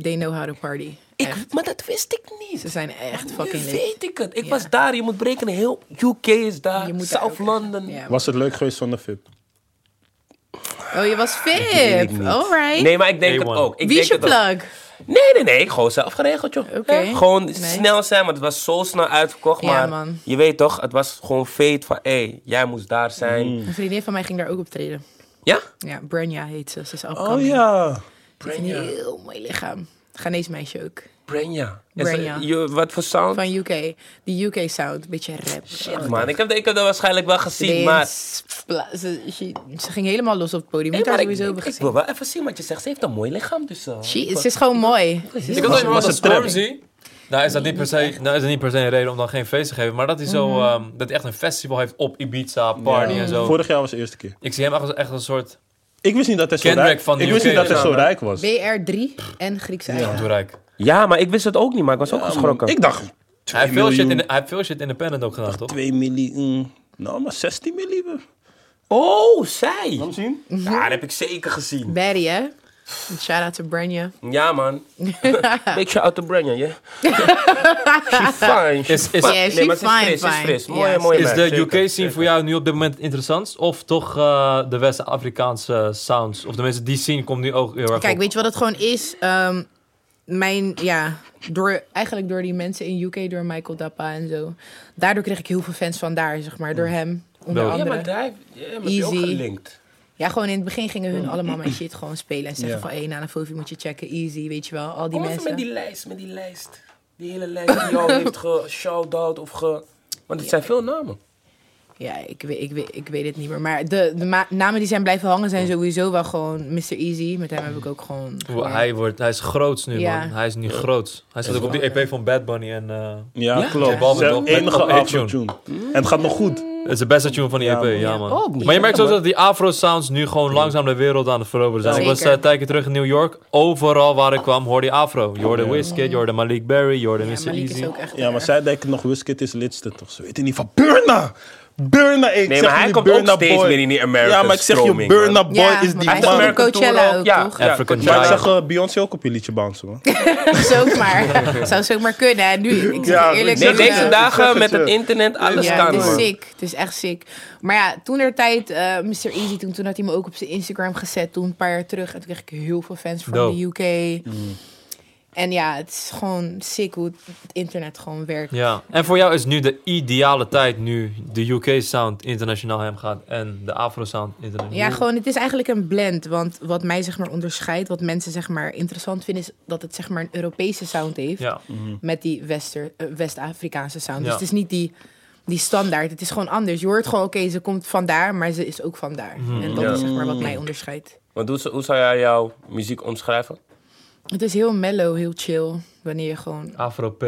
C: they know how to party.
A: ik,
C: Echt.
A: maar dat wist ik niet.
C: Ze zijn echt fucking
A: nu
C: lit.
A: weet ik het. Ik
C: Ja.
A: was daar, je moet berekenen. Heel UK is daar,
C: Je moet daar
A: South
C: ook echt-
A: London.
C: Ja.
B: Was het leuk geweest zonder VIP?
C: Oh, je was
A: Weet ik
C: fit.
A: niet.
C: Alright.
A: Nee, maar ik denk het
D: A1.
A: ook. Ik
C: Wie
A: denk
C: is je
A: het ook.
C: plug?
A: Nee, nee, nee. Gewoon zelf geregeld, joh.
C: Oké.
A: Ja, Gewoon
C: Nee.
A: snel zijn, want het was zo snel uitverkocht.
C: Ja,
A: maar
C: man.
A: je weet toch, het was gewoon feit van... Hé, jij moest daar zijn.
C: Een vriendin van mij ging daar ook optreden.
A: Ja?
C: Ja, Branja heet ze. Ze is
B: Oh
C: afkomend.
B: ja.
C: Een heel mooi lichaam. Ghanese meisje ook.
A: Brenya.
C: Brenya.
A: wat voor sound?
C: Van UK. Die UK sound. Beetje rap. Oh,
A: Shit, man. Ik heb, dat- ik heb dat waarschijnlijk wel gezien, maar...
C: Ze, she- ze ging helemaal los op het podium.
A: Hey,
C: Ik
A: maar
C: had
A: ik,
C: sowieso
A: ik- ik
C: gezien.
A: wil wel even zien wat je zegt. Ze heeft een mooi lichaam, dus... eh,
C: She- ze is gewoon mooi. Ze is
D: Ik had
C: gewoon-
D: ook nog
B: was
D: wel een
B: een trap.
D: storm zie. Nou is, dat niet per se, nou is dat niet per se een reden om dan geen feest te geven. Maar dat hij zo ehm, dat hij echt een festival heeft op Ibiza, party en zo.
B: Vorig jaar was de eerste keer.
D: Ik zie hem echt als, echt als een soort
B: Ik wist niet dat hij zo
D: Kendrick
B: rijk,
D: van de
B: ik wist
D: UK
B: niet dat hij
D: is
B: zo
D: aan,
B: rijk was.
C: BR3 en Griekse eigen.
D: toerijk.
A: Ja, maar ik wist het ook niet, maar ik was ook geschrokken.
B: Ik dacht,
D: Hij
B: 2
D: heeft, veel shit in,
B: miljoen.
D: hij heeft veel shit independent ook gedaan, toch?
B: 2 miljoen. Nou, maar 16 miljoen.
A: Oh, zij! Ja,
B: zien?
C: Mhm.
A: dat heb ik zeker gezien.
C: Barry, hè? Shout out to Branja.
A: Ja, man. Big shout out to Brenya, yeah? She fine. she
D: Is, is,
C: Yeah, she
A: maar ze is
C: fine,
A: fris, ze is
C: fine.
A: fris.
C: Ja,
A: Mooie,
C: ze-
A: mooie
D: is
A: meid,
D: de
A: zeker,
D: UK-scene
A: zeker.
D: voor jou nu op dit moment interessant? Of toch eh, de West-Afrikaanse sounds? Of tenminste, die scene komt nu ook heel erg
C: Kijk,
D: op.
C: weet je wat het gewoon is? Ehm, mijn, ja, door, eigenlijk door die mensen in UK, door Michael Dappa en zo. Daardoor kreeg ik heel veel fans van daar, zeg maar, door hem. Onder
D: Wel.
A: Mm. Ja, maar
C: andere.
A: daar heb ja, maar heb je ook
C: Easy.
A: gelinkt.
C: Ja, gewoon in het begin gingen
A: Mm.
C: hun allemaal mijn shit gewoon spelen. En zeggen van, hé, na de Fofi moet je checken, easy, weet je wel. Al die
A: Kom even
C: mensen.
A: met die lijst, met die lijst. Die hele lijst die jou heeft ge-shout-out of ge... Want het zijn veel namen.
C: Ja, ik weet, ik, weet, ik weet het niet meer. Maar de, de ma- namen die zijn blijven hangen zijn sowieso wel gewoon Mr. Easy. Met hem heb ik ook gewoon...
D: Hoe
C: geleerd.
D: Hij, wordt, hij is groots nu,
C: Ja.
D: man. Hij is nu groots. Hij zat ook op die EP van Bad Bunny en... eh,
B: Ja, klopt.
D: Bal
B: Ze hebben
D: met-
B: enige
D: met Tune.
B: afro-tune. En het gaat nog goed.
D: Het is de beste tune van die EP, ja, man.
A: Oh, moet
D: maar je merkt
A: zeggen,
D: zo dat die afro-sounds nu gewoon langzaam de wereld aan het veroveren zijn. Ik was eh,
C: Zeker.
D: een tijdje terug in New York. Overal waar ik kwam hoorde je afro. Je hoorde Wizkid, je hoorde Malik Berry, je hoorde
C: Ja,
D: Mr.
C: Malik is
D: Easy.
C: ook echt...
B: Ja, maar zij denken nog, Wizkid is lidste toch? Ze weten niet van Burna! Burna, ik
A: maar
B: zeg
A: hij
B: jullie,
A: komt
B: Burna
A: ook steeds
B: Boy.
A: meer in die American
B: Ja, maar ik zeg je,
A: stroming, man.
B: Burna Boy
C: Ja,
B: is die
C: maar hij
B: man.
C: staat op Coachella ook,
A: ja,
C: toch?
A: ja,
D: African
B: Maar ik
A: Coachella.
D: Giant.
B: zag eh, Beyoncé ook op je liedje bouncen, man.
C: Zou zomaar. Zou zomaar kunnen. hè. Nu, ik zeg eh,
B: Ja,
C: je eerlijk.
A: Nee,
B: Ik zeg
A: deze
B: het, ik zeg
A: dagen
B: het
A: met
B: je.
A: het internet, alles
C: ja,
A: kan,
C: het is
A: man.
C: sick. Het is echt sick. Maar ja, toen er tijd, eh, Mr. Easy, toen, toen had hij me ook op zijn Instagram gezet, toen een paar jaar terug. En toen kreeg ik heel veel fans van
D: Dope.
C: de UK.
B: Mm.
C: En ja, het is gewoon sick hoe het internet gewoon werkt.
D: Ja, en voor jou is nu de ideale tijd nu de UK-sound internationaal hem gaat en de afro-sound internationaal.
C: Ja, gewoon, het is eigenlijk een blend. Want wat mij zeg maar onderscheidt, wat mensen zeg maar interessant vinden, is dat het zeg maar een Europese sound heeft.
D: Ja.
C: met die Wester, eh, West-Afrikaanse sound.
D: Ja.
C: Dus het is niet die, die standaard. Het is gewoon anders. Je hoort gewoon, oké, ze komt vandaar, maar ze is ook vandaar.
D: Mhm.
C: En dat
A: Ja.
C: is zeg maar wat mij onderscheidt.
A: Want hoe, hoe zou jij jouw muziek omschrijven?
C: Het is heel mellow, heel chill. Wanneer je gewoon...
D: Afro-P.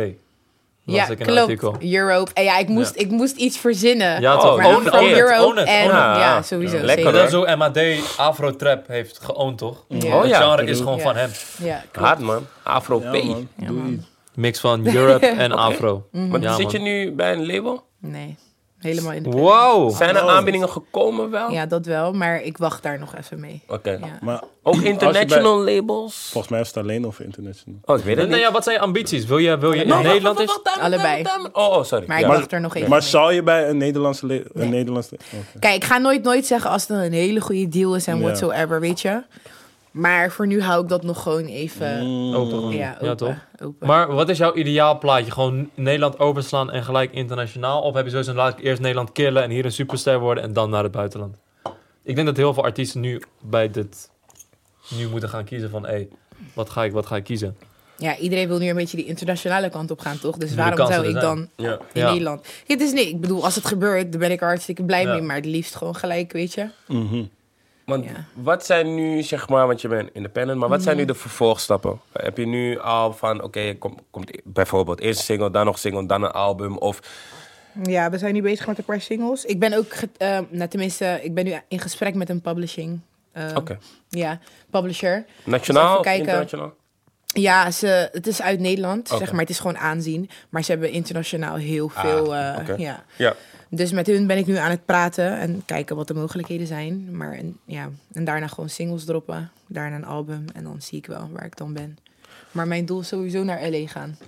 C: ja,
D: ik in een
C: klopt.
D: artikel.
C: Europe. En ja, ik moest, Ik moest iets verzinnen.
D: Ja,
A: Oh,
D: toch?
A: maar
D: Own
A: own
D: it,
A: it,
C: Van
D: own it,
C: Europe
D: own it.
C: en...
A: Ja,
C: Ja,
A: ja.
C: sowieso.
A: Lekker,
C: zeker.
D: Dat is hoe MAD Afro-trap heeft geowned, toch?
C: Ja.
A: Oh,
D: Het
A: ja.
D: genre is gewoon
C: Ja.
D: van hem.
C: Ja, klopt.
A: Hard, man. Afro-P.
B: Ja, man. Doe iets.
D: Mix van Europe en Afro.
A: Want
D: Ja,
A: zit
D: man.
A: je nu bij een label?
C: Nee, helemaal in de...
D: Wow!
A: Zijn er
B: Oh.
A: aanbiedingen gekomen wel?
C: Ja, dat wel, maar ik wacht daar nog even mee.
A: Oké.
C: Ja.
B: Maar
A: Ook
B: als je bij-
A: international labels?
B: Volgens mij is het alleen over international.
A: Oh, ik weet het
D: Nou
A: niet.
D: ja, wat zijn je ambities? Wil je, wil je in Nederland is...
C: Allebei.
A: Oh, oh, sorry.
C: Maar ik
A: Ja.
C: wacht er nog even
B: Maar
C: mee.
B: zou je bij een Nederlandse... le- Een Nederlandse oké.
C: Kijk, ik ga nooit nooit zeggen als het een hele goede deal is en
B: Ja.
C: whatsoever, weet je. Maar voor nu hou ik dat nog gewoon even
D: Open.
C: ja, open.
D: Ja, Oh, toch?
C: open.
D: Maar wat is jouw ideaal plaatje? Gewoon Nederland overslaan en gelijk internationaal? Of heb je sowieso laat ik eerst Nederland killen en hier een superster worden en dan naar het buitenland? Ik denk dat heel veel artiesten nu bij dit... Nu moeten gaan kiezen van, hé, wat, ga ik, wat ga ik kiezen?
C: ja, iedereen wil nu een beetje die internationale kant op gaan, toch? Dus
D: de
C: waarom
D: kansen
C: zou
D: er
C: ik
D: zijn.
C: dan
A: Ja.
C: in
D: Ja.
C: Nederland... Het is niet, ik bedoel, als het gebeurt, dan ben ik er hartstikke blij
D: Ja.
C: mee. Maar het liefst gewoon gelijk, weet je.
A: Want
C: Ja. Mhm.
A: wat zijn nu, zeg maar, want je bent independent, maar wat zijn nu de vervolgstappen? Heb je nu al van, oké, kom, komt bijvoorbeeld eerst een single, dan nog single, dan een album? Of
C: Ja, we zijn nu bezig met een paar singles. Ik ben ook, ge- eh, nou, tenminste, ik ben nu in gesprek met een publishing. eh,
A: Oké.
C: Ja, publisher.
A: nationaal,
C: even kijken.
A: internationaal?
C: Ja, ze, het is uit Nederland,
A: Oké. Ah,
C: zeg maar. Het is gewoon aanzien. Maar ze hebben internationaal heel veel. eh,
A: oké.
C: ja.
A: Ja.
C: Dus met hun ben ik nu aan het praten en kijken wat de mogelijkheden zijn. Maar en, ja, en daarna gewoon singles droppen. Daarna een album. En dan zie ik wel waar ik dan ben. Maar mijn doel is sowieso naar LA gaan.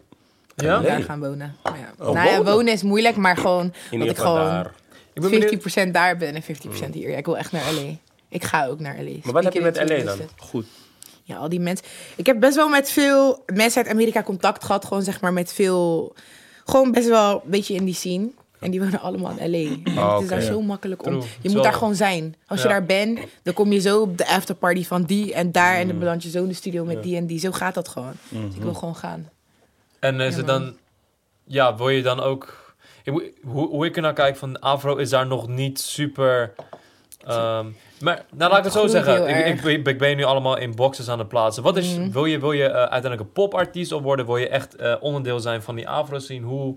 D: Ja?
A: Nee.
C: Daar gaan wonen. Maar ja. nou ja,
B: wonen?
C: wonen is moeilijk, maar
A: Oh,
C: gewoon
A: In
C: dat
A: ieder
C: ik
A: geval
C: gewoon
A: daar.
D: Ik ben benieuwd-
C: 50% daar ben en 50% hier. Ja, ik wil echt naar LA. Ik ga ook naar LA.
A: Maar wat heb je
C: Speaking
A: met
C: in
A: LA dan?
C: Houston.
B: Goed.
C: Ja, al die mensen. Ik heb best wel met veel mensen uit Amerika contact gehad. Gewoon zeg maar met veel... Gewoon best wel een beetje in die scene. En die wonen allemaal in LA. En
A: Ah,
C: het is daar
A: oké.
C: zo makkelijk om.
D: True.
C: Je
D: Zo.
C: moet daar gewoon zijn. Als je
D: Ja.
C: daar bent, dan kom je zo op de afterparty van die en daar.
A: Mm.
C: En dan beland je zo in de studio met die en die. Zo gaat dat gewoon.
A: Mhm.
C: Dus ik wil gewoon gaan.
D: En is het dan... Ja, wil je dan ook... Ik moet- Hoe, hoe ik ernaar kijk van Afro is daar nog niet super... ehm, maar nou, laat ik het zo
C: groeit
D: zeggen.
C: heel Mhm.
D: Ik, ik, ik ben nu allemaal in boxes aan het plaatsen. Wat is, wil je, wil je eh, uiteindelijk een popartiest op worden? Wil je echt eh, onderdeel zijn van die Afro-scene? Hoe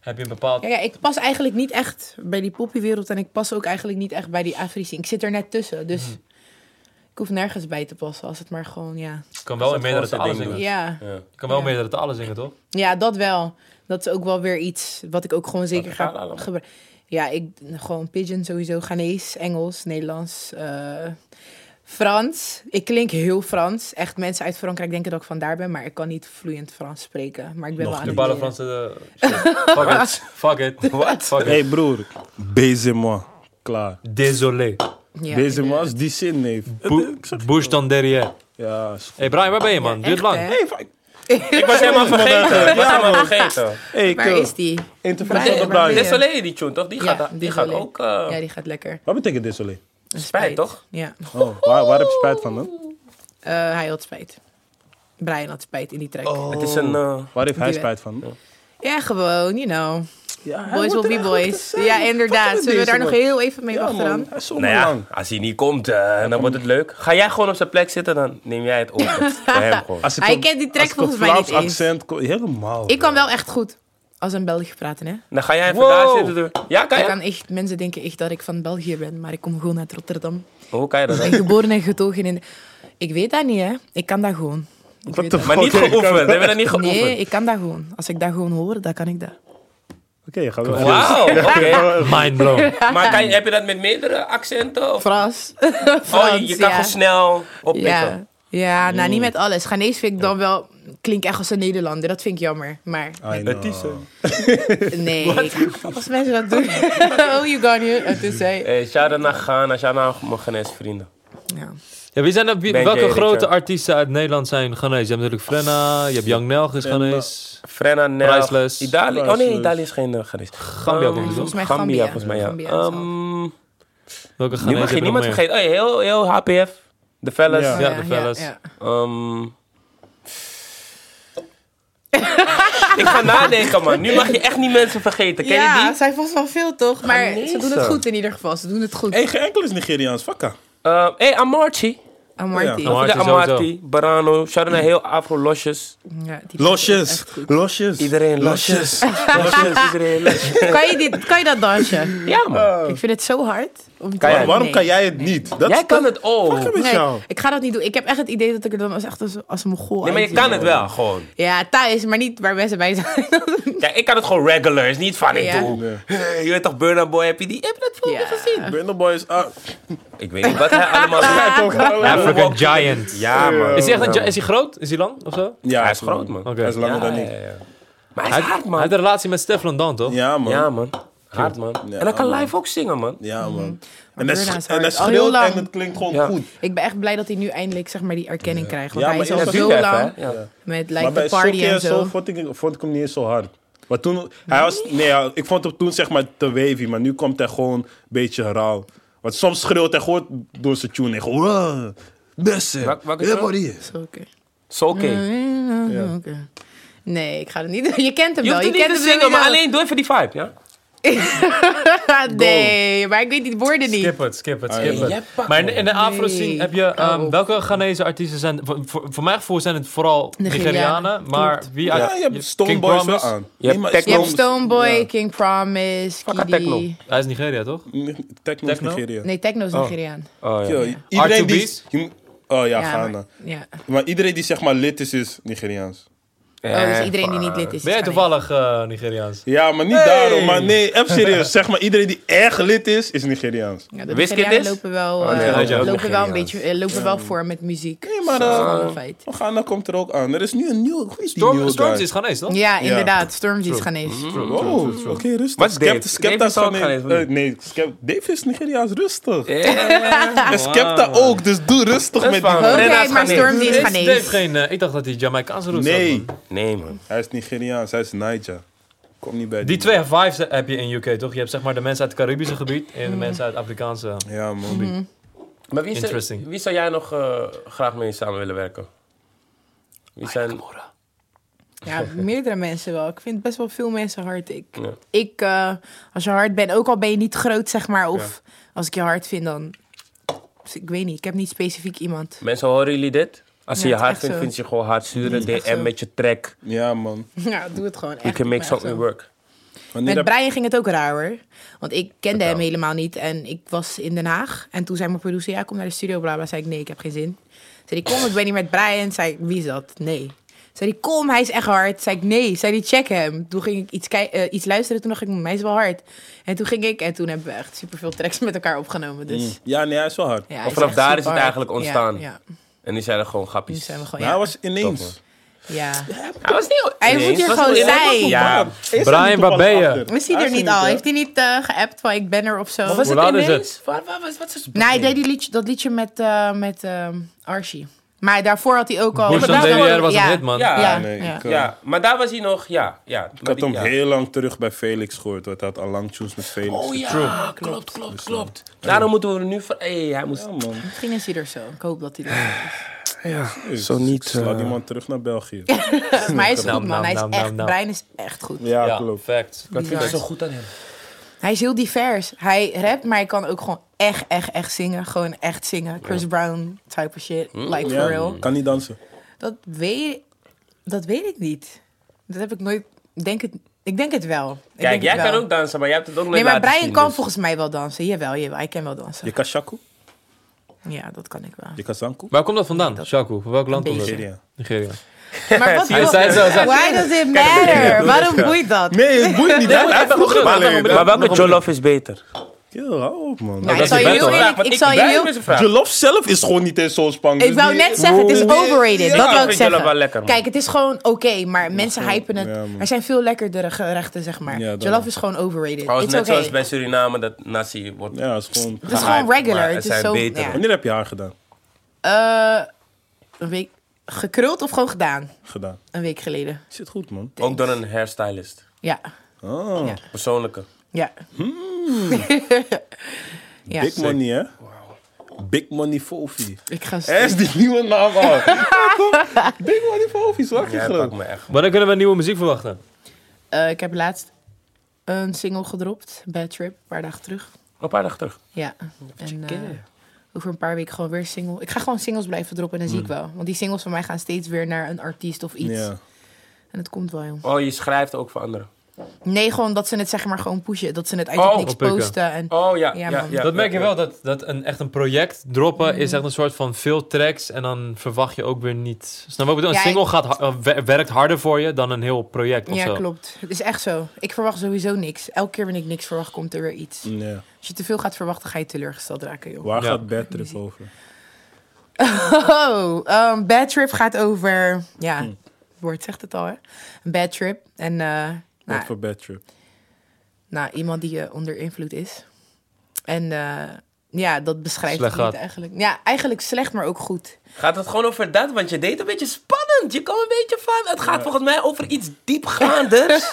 D: heb je een bepaald...
C: Ja, ja, ik pas eigenlijk niet echt bij die poppywereld en ik pas ook eigenlijk niet echt bij die afri Ik zit er net tussen, dus
A: Mhm.
C: ik hoef nergens bij te passen als het maar gewoon, ja.
D: Je kan wel in
A: Dat is het
D: meerdere talen
A: grootste ding
D: zingen.
A: doen.
D: Je
C: Ja,
A: Ja.
D: kan wel
C: Ja.
D: meerdere talen zingen, toch?
C: ja dat wel. Dat is ook wel weer iets wat ik ook gewoon zeker
A: gaan
C: ga
A: allemaal?
C: gebruiken. Ja, ik gewoon pigeon sowieso, Ghanese, Engels, Nederlands, eh, Frans. Ik klink heel Frans. Echt mensen uit Frankrijk denken dat ik vandaar ben, maar ik kan niet vloeiend Frans spreken. Maar ik ben
B: Nog
C: wel aan
D: De
C: het
D: ballen
C: leren.
D: Franse... de- Fuck it. Fuck it. What? Fuck it.
B: hey, broer. Bezema. Klaar.
D: Désolé.
C: Ja,
B: Bezema is die zin, neef.
D: Bo- Bouche dan derrière.
B: Ja, is goed.
D: hey Brian, waar ben je, man? Duurt
C: echt,
D: lang.
C: hè?
A: Ik was helemaal vergeten. Ik was helemaal vergeten.
B: Hey,
D: eh,
C: Waar is die? Brian,
B: Interview op
C: waar ben je?
B: Brian.
A: Desolé, die tune, toch? Die
C: Ja,
A: gaat, die gaat
C: Désolé.
A: ook... eh,
C: Ja, die gaat lekker.
B: Wat betekent dit, Soleil?
C: Spijt,
A: toch?
C: Ja,
B: Oh, waar, waar heb je spijt van dan?
C: Eh, hij had spijt. Brian had spijt in die track.
A: Het is een... eh,
B: Waar heeft hij
C: Duet.
B: spijt van?
C: Ja, gewoon, you know.
B: Ja, hij
C: Boys
B: wordt
C: will
B: er
C: be
B: echt
C: boys.
B: gezegd.
C: Ja, inderdaad.
B: Fucking
C: Zullen we daar nog
B: Disney,
C: heel even mee
B: man. Ja,
C: wachten
B: man.
C: dan?
B: Hij is zo
A: Nou ja,
B: lang.
A: als hij niet komt, eh, dan wordt het leuk. Ga jij gewoon op zijn plek zitten, dan neem jij het over. Voor hem gewoon.
B: Als het
C: Hij
B: op-
C: kent die track
B: als het op
C: volgens mij niet
B: Vlaams
C: eens.
B: accent ko- helemaal.
C: Ik kan wel echt goed als een België praten, hè?
A: Dan ga jij even
D: Wow.
A: daar zitten. doen. Ja, kan
C: Ik
A: je?
C: kan echt, mensen denken echt dat ik van België ben, maar ik kom gewoon uit Rotterdam.
A: Hoe kan je dat?
C: Ik
A: dan?
C: ben geboren en getogen in... Ik weet dat niet, hè? Ik kan dat gewoon. Ik weet
B: the
C: dat.
B: fuck?
A: Maar niet
B: Oké, ik kan
A: geoefend. We
B: wel.
A: hebben dat niet geoefend.
C: Nee, ik kan dat gewoon. Als ik dat gewoon hoor, dan kan ik dat.
B: Oké, je gaat wel.
A: Wauw, oké.
D: Mind blown.
A: Maar kan je, heb je dat met meerdere accenten? Of?
C: Frans.
A: oh, je, je kan
C: ja.
A: gewoon snel oppikken.
C: Ja, ja nou niet met alles. Ghanese vind ik dan wel... Klinkt echt als een Nederlander. Dat vind ik jammer. Maar
B: I
A: Het is
B: know.
C: nee, ik- als mensen dat doen... oh, you gone here. Het is hij.
A: Hey, Eh, shout-out naar Ghana, shout-out naar mijn Ghanese vrienden.
C: Ja.
D: Ja, wie zijn er, wie-
A: Ben
D: welke
A: Jerry,
D: grote
A: Joe.
D: artiesten uit Nederland zijn Ghanese? Je hebt natuurlijk Frenna, je hebt Young Nelg is Ghanese.
A: Frenna, Nel,
D: Priceless.
A: Italië. Oh nee,
B: Priceless.
A: Italië is geen eh, Ghanese.
D: Gambia
A: Ehm,
D: doen ze
C: Volgens
D: toch?
C: mij
A: Gambia,
C: Gambia.
A: volgens mij, ja.
C: Gambia, hetzelfde.
A: Ehm,
D: Welke
A: nu
D: Ghanese
A: mag je
D: hebben we nog
A: niemand
D: meer?
A: vergeten. Oh, heel, heel HPF. De fellas.
B: Ja.
D: Ja, de fellas.
A: Ehm. ik ga nadenken, man. Nu mag je echt niet mensen vergeten. Ken
C: Ja,
A: je
C: er
A: die?
C: zijn vast wel veel, toch? Maar ze doen het
A: Ghanese.
C: goed in ieder geval. Ze doen het goed.
B: Hey, geen enkel is Nigeriaans. Fakka.
A: Eh, hey, Amarchi.
C: Amarty.
D: Ja.
A: De
D: Amartje
A: Amarty, Barano. Shout out naar heel Afro-losjes.
C: Ja, die is
B: Losjes.
C: echt goed.
B: Losjes.
A: Iedereen
B: losjes.
A: Losjes, iedereen losjes.
C: Kan je, dit, kan je dat dansen?
A: Ja, man.
C: Ik vind het zo hard. Om te
A: Kan jij-
C: doen.
B: Waarom
C: Nee.
B: kan jij het niet? Dat
A: Jij kan het ook.
B: Fuck met jou.
C: Nee, ik ga dat niet doen. Ik heb echt het idee dat ik er dan als echt als, als een mogol
A: Nee, maar je
C: uitzie.
A: kan het wel, gewoon.
C: Ja, thuis, maar niet waar mensen bij zijn.
A: Ja, ik kan het gewoon regular. Is niet van, ik
C: Ja.
A: doe... Hey, je weet toch, Burna Boy, heb je die? Heb je dat filmpje
C: Ja.
A: gezien?
B: Brindle Boys. Ah,
A: Ik weet niet wat hij allemaal doet.
B: kijk ook.
D: African Giant.
A: Ja, man.
D: Is hij, echt een, gi- is hij groot? Is hij lang of zo?
B: Ja,
A: Hij is groot, man.
D: Oké.
B: Hij is langer
A: Ja,
B: dan
A: ja,
B: ik.
A: ja, ja. Maar hij
D: Hij,
A: is hard,
D: hij
A: man.
D: had een relatie met Stefan Dan, toch?
B: Ja, man.
A: Ja,
B: Ja,
A: man. Hard, man. en hij
B: Ja,
A: kan
B: man.
A: live ook zingen, man.
B: man. En hij
C: Bruna
B: sch-
C: Mhm.
B: en hij
C: is hard. Al heel
B: schreeuwt
C: lang.
B: en het klinkt gewoon
A: Ja.
B: goed.
C: Ik ben echt blij dat hij nu eindelijk zeg maar, die erkenning krijgt.
B: Ja,
C: Want hij
B: maar
C: is al
B: eerst
C: zo
A: Ziet hij
C: lang
A: even, hè? Ja.
C: met
B: Maar
C: like,
B: bij
C: de party
B: Sokje
C: en
B: en zo
C: zo.
B: vond ik, vond ik hem niet eens zo hard. Maar toen, hij was, nee, ja, ik vond hem toen zeg maar te wavy, maar nu komt hij gewoon een beetje rauw. Want soms schreeuwt hij gewoon door zijn tune heen. Gewoon, "Wow, Beste,
A: Welk- welke
B: everybody.
C: Zo, oké.
A: Zo
C: Mm,
A: oké.
C: eh. Oh, Oké. Nee, ik ga het niet doen. Je kent hem
A: Je
C: wel.
A: hoeft
C: Je
A: het niet
C: kent
A: te
C: hem
A: zingen, maar
C: sowieso.
A: alleen doe even die vibe, ja?
C: nee, maar ik weet die woorden niet.
D: Skip het, skip het, skip
B: Allee.
D: het.
A: Jij pakt
D: Maar in,
A: me.
D: in de afro scene
C: Nee,
D: heb je...
C: hou
D: ehm,
C: op.
D: welke Ghanese artiesten zijn... Voor, voor, voor mijn gevoel zijn het vooral
C: Nigerianen,
D: Nigerianen. Maar
C: klopt.
D: wie...
B: Ja,
D: uit-
B: je hebt Stone
D: King
B: Boys wel
D: Promise.
B: aan.
A: Je hebt
C: Je hebt
A: Stones.
C: Stoneboy,
B: Ja.
C: King Promise,
A: Fuck, techno.
C: Kidi.
D: Hij is Nigeria, toch?
B: Techno is
D: Techno?
B: Nigeria.
C: Nee, Techno is
A: Oh.
C: Nigeriaan.
A: Oh, ja.
B: Yo, Iedereen die...
D: R2B's?
B: je moet- Oh ja,
C: Ja,
B: Ghana.
C: maar- ja.
B: Maar iedereen die zeg maar lid is, is Nigeriaans.
C: Oh, dus
A: Eh,
C: iedereen die niet lid is.
D: Ben jij
C: is
D: toevallig eh, Nigeriaans?
B: Ja, maar niet daarom. Maar nee, even serieus. Zeg maar, iedereen die echt lid is, is Nigeriaans.
C: Ja, de
A: Wist je
C: Nigerianen
A: dit?
C: lopen wel,
A: Oh, nee,
C: eh,
A: dat is ook
C: lopen wel
A: Nigeriaans.
C: een beetje, eh, lopen wel voor met muziek.
B: Nee, maar,
C: Dat is
B: eh,
C: wel een feit.
B: Ghana komt er ook aan. Er is nu een nieuwe, hoe is die
D: Storm,
B: nieuwe
D: Storms
B: guy?
D: is Ghanese, toch?
C: Ja,
B: Ja.
C: inderdaad. Storms is Ghanese.
B: Oh, oké, rustig.
A: Wat is Dave?
B: Skepta- Skepta
A: Dave
B: is
A: is ook
B: Ghanese.
A: Ghanese, of niet?
B: Eh, nee, Skep- Dave is Nigeriaans, rustig.
A: eh,
B: En Skepta
D: Wow.
B: ook, dus doe rustig
A: Dat
B: met
A: is waar.
B: die man.
C: Oké,
A: Brenda is
C: maar
A: Ghanese.
C: Storm die is
D: Is Dave
C: Ghanese.
D: geen... eh, ik dacht dat hij Jamaicaanse roots had,
B: Nee,
D: man.
A: Nee, man.
B: hij is Nigeriaans, hij is Niger. Kom niet bij
D: Die twee vibes heb je in UK, toch? Je hebt zeg maar de mensen uit het Caribische gebied en de mensen uit het Afrikaanse.
B: Ja, man.
C: Mhm.
A: Maar wie, is er,
D: Interesting.
A: wie zou jij nog eh, graag mee samen willen werken? Wie zijn...
C: Ja, meerdere mensen wel. Ik vind best wel veel mensen hard. Ik,
A: Ja.
C: ik eh, als je hard bent, ook al ben je niet groot, zeg maar. Of als ik je hard vind, dan... Dus Ik weet niet, ik heb niet specifiek iemand.
A: Mensen, horen jullie dit? Als je
C: Ja,
A: je
C: het is
A: hard
C: echt
A: vindt,
C: zo.
A: vind je gewoon hard sturen.
C: Het is echt
A: DM
C: zo.
A: met je track.
B: Ja, man.
C: Ja, doe het gewoon.
A: You
C: echt,
A: can make
C: maar echt
A: something
C: zo.
A: work.
B: Wanneer
C: Met
B: heb-
C: Brian ging het ook raar hoor. Want ik kende hem
A: Vertel.
C: helemaal niet. En ik was in Den Haag. En toen zei mijn producer, ja, kom naar de studio, bla bla. Zei ik, nee, ik heb geen zin. Zei hij, kom, ik ben niet met Brian. Zei ik, wie is dat? Nee. Zei hij, kom, hij is echt hard. Zei ik, nee. Zei hij, check hem. Toen ging ik iets, kei- eh, iets luisteren. Toen dacht ik, hm, hij is wel hard. En toen ging ik. En toen hebben we echt superveel tracks met elkaar opgenomen. Dus
B: Mm. Ja, nee, hij is wel hard.
C: ja, hij
A: Mm. vanaf
C: echt
A: daar is het
C: superhard.
A: eigenlijk ontstaan.
C: Ja, ja.
A: En die zijn er gewoon
C: Nu
A: grappies.
C: zijn we gewoon,
B: Maar hij
C: ja.
B: was ineens.
C: ja.
A: Hij was niet...
C: Hij
A: Nee,
C: moet hier
A: was
C: gewoon
A: niet-
C: zijn.
A: Ja.
D: Brian, waar ben je?
C: We zien er niet al. Heeft hij niet eh, geappt van, ik ben er of zo?
A: Was
D: Hoe
A: het
D: laat is
A: ineens?
D: het?
A: Wat, wat, wat, wat is het?
C: Nee, hij deed die liedje, dat liedje met, eh, met ehm, Archie. Maar daarvoor had hij ook al...
D: Boers
A: maar
D: van
A: dat was-
D: DDR was een
C: ja.
D: hit, man.
A: Ja.
C: Ja,
B: nee,
C: ja.
B: ik, eh,
A: Ja, maar daar was hij nog... Ja, ja.
B: Ik had hem
A: ja.
B: heel lang terug bij Felix gehoord. want Hij had al lang tunes met Felix.
A: Oh ja, klopt, klopt, klopt. Daarom moeten we er nu... van- Hey, hij moest...
B: Ja, man.
C: Misschien is hij er zo. Ik hoop dat hij er
B: Jezus,
A: Zo niet,
B: ik Sla die
A: eh,
B: man terug naar België.
C: is. maar hij is
D: Nou,
C: goed, man. Hij is
D: nou, nou,
C: echt...
D: nou.
C: Brian is echt goed.
B: Ja,
D: Ja,
B: klopt.
D: fact.
A: Wat vind je
C: Bizar.
A: zo goed aan hem?
C: Hij is heel divers. Hij rapt, maar hij kan ook gewoon echt, echt, echt zingen. Gewoon echt zingen. Chris Brown type of shit.
A: Mm.
C: Like
B: Ja,
C: for real.
B: Kan niet dansen.
C: Dat weet, dat weet ik niet. Dat heb ik nooit... Denk het, ik denk het wel. Ik
A: Kijk,
C: denk
A: jij
C: het wel.
A: kan ook dansen, maar jij hebt het ook nooit
C: Nee, maar
A: laten
C: Brian
A: zien,
C: kan
A: dus-
C: volgens mij wel dansen. Jawel, jawel. Hij kan wel dansen.
B: Je kan shaku?
C: Ja, dat kan ik wel.
B: Je kan zanku?
D: Waar komt dat vandaan, Shaku? Van welk land komt dat?
C: Beetje.
B: Nigeria.
D: Nigeria.
C: Maar wat...
D: Hij zei zo, zo.
C: Why does it matter? Waarom boeit dat?
B: Nee, het boeit niet. Hij vroeg het
A: Maar,
B: alleen.
A: maar welke Jollof is beter?
B: Yo, hou op, man.
C: Nou,
A: dat
C: ik
A: is
C: zal
A: die
C: je heel
A: battle.
C: eerlijk,
A: Want
C: ik
A: ik
C: zal je
A: blijf
C: heel...
A: met z'n vraag.
B: Jolof zelf is gewoon niet in zo'n spang.
C: Ik wou net zeggen, het is overrated. Dat
A: ik
C: wil ik
A: vind Jollof wel
C: zeggen.
A: lekker, man.
C: Kijk, het is gewoon oké, maar mensen hypen het.
B: ja, man.
C: er zijn veel lekkerdere gerechten, zeg maar.
B: Ja, daarom.
C: Jollof is gewoon overrated.
A: Trouwens,
C: It's
A: net
C: okay.
A: zoals bij Suriname, dat nasi wordt...
B: Ja, het is gewoon...
C: Het is
A: gehyped,
C: gewoon regular.
A: maar er
C: Het is
A: zijn
C: zo...
A: betere.
C: Ja.
B: Wanneer heb je haar gedaan?
C: Eh, een week gekruld of gewoon gedaan?
B: gedaan?
C: Een week geleden.
B: Zit goed, man.
A: Ook door een hairstylist.
C: Ja,
B: Oh,
C: Ja.
A: Persoonlijke.
C: ja.
A: Hmm.
C: ja.
B: Big money, hè? Big money Fofi.
C: Ik ga...
B: Hij is die nieuwe naam al. Ja, toch? Big money Fofi, zwak je
A: Jij pakt
B: groot.
A: me echt.
D: Wanneer kunnen we nieuwe muziek verwachten?
C: Eh, ik heb laatst een single gedropt. Bad Trip, een paar dagen terug.
A: Een paar dagen terug.
C: Ja. En eh, over een paar weken gewoon weer single. Ik ga gewoon singles blijven droppen en dan zie ik wel. Want die singles van mij gaan steeds weer naar een artiest of iets.
B: Mm. Ja.
C: En het komt wel, joh.
A: Oh, je schrijft ook voor anderen.
C: Nee, gewoon dat ze het zeg maar gewoon pushen. Dat ze het uit
A: Oh,
C: het niks
D: oppikken.
C: posten. En
A: Oh ja, ja,
C: Ja,
A: ja,
C: man.
A: ja,
D: dat merk je
A: ja.
D: wel, dat, dat een, echt een project droppen is echt een soort van veel tracks en dan verwacht je ook weer niet. Snap je wat ik bedoel? Een
C: Ja,
D: single gaat, ha- eh, wer- werkt harder voor je dan een heel project of
C: ja,
D: Oh, zo.
C: klopt. Het is echt zo. Ik verwacht sowieso niks. Elke keer wanneer ik niks verwacht, komt er weer iets.
B: Ja.
C: Als je te veel gaat verwachten, ga je teleurgesteld raken, joh.
B: Waar
D: Ja.
B: gaat Bad Trip over?
C: Oh, ehm, Bad Trip gaat over... Ja,
B: Mm.
C: het woord zegt het al, hè. Een bad trip. En eh, nou,
B: Wat voor Bad Trip?
C: nou, iemand die eh, onder invloed is. En eh, ja, dat beschrijft
D: Slecht
C: het niet
D: gaat.
C: eigenlijk. Ja, eigenlijk slecht, maar ook goed.
A: Gaat het gewoon over dat? Want je deed een beetje spannend. Je kwam een beetje van. Het gaat volgens mij over iets diepgaanders.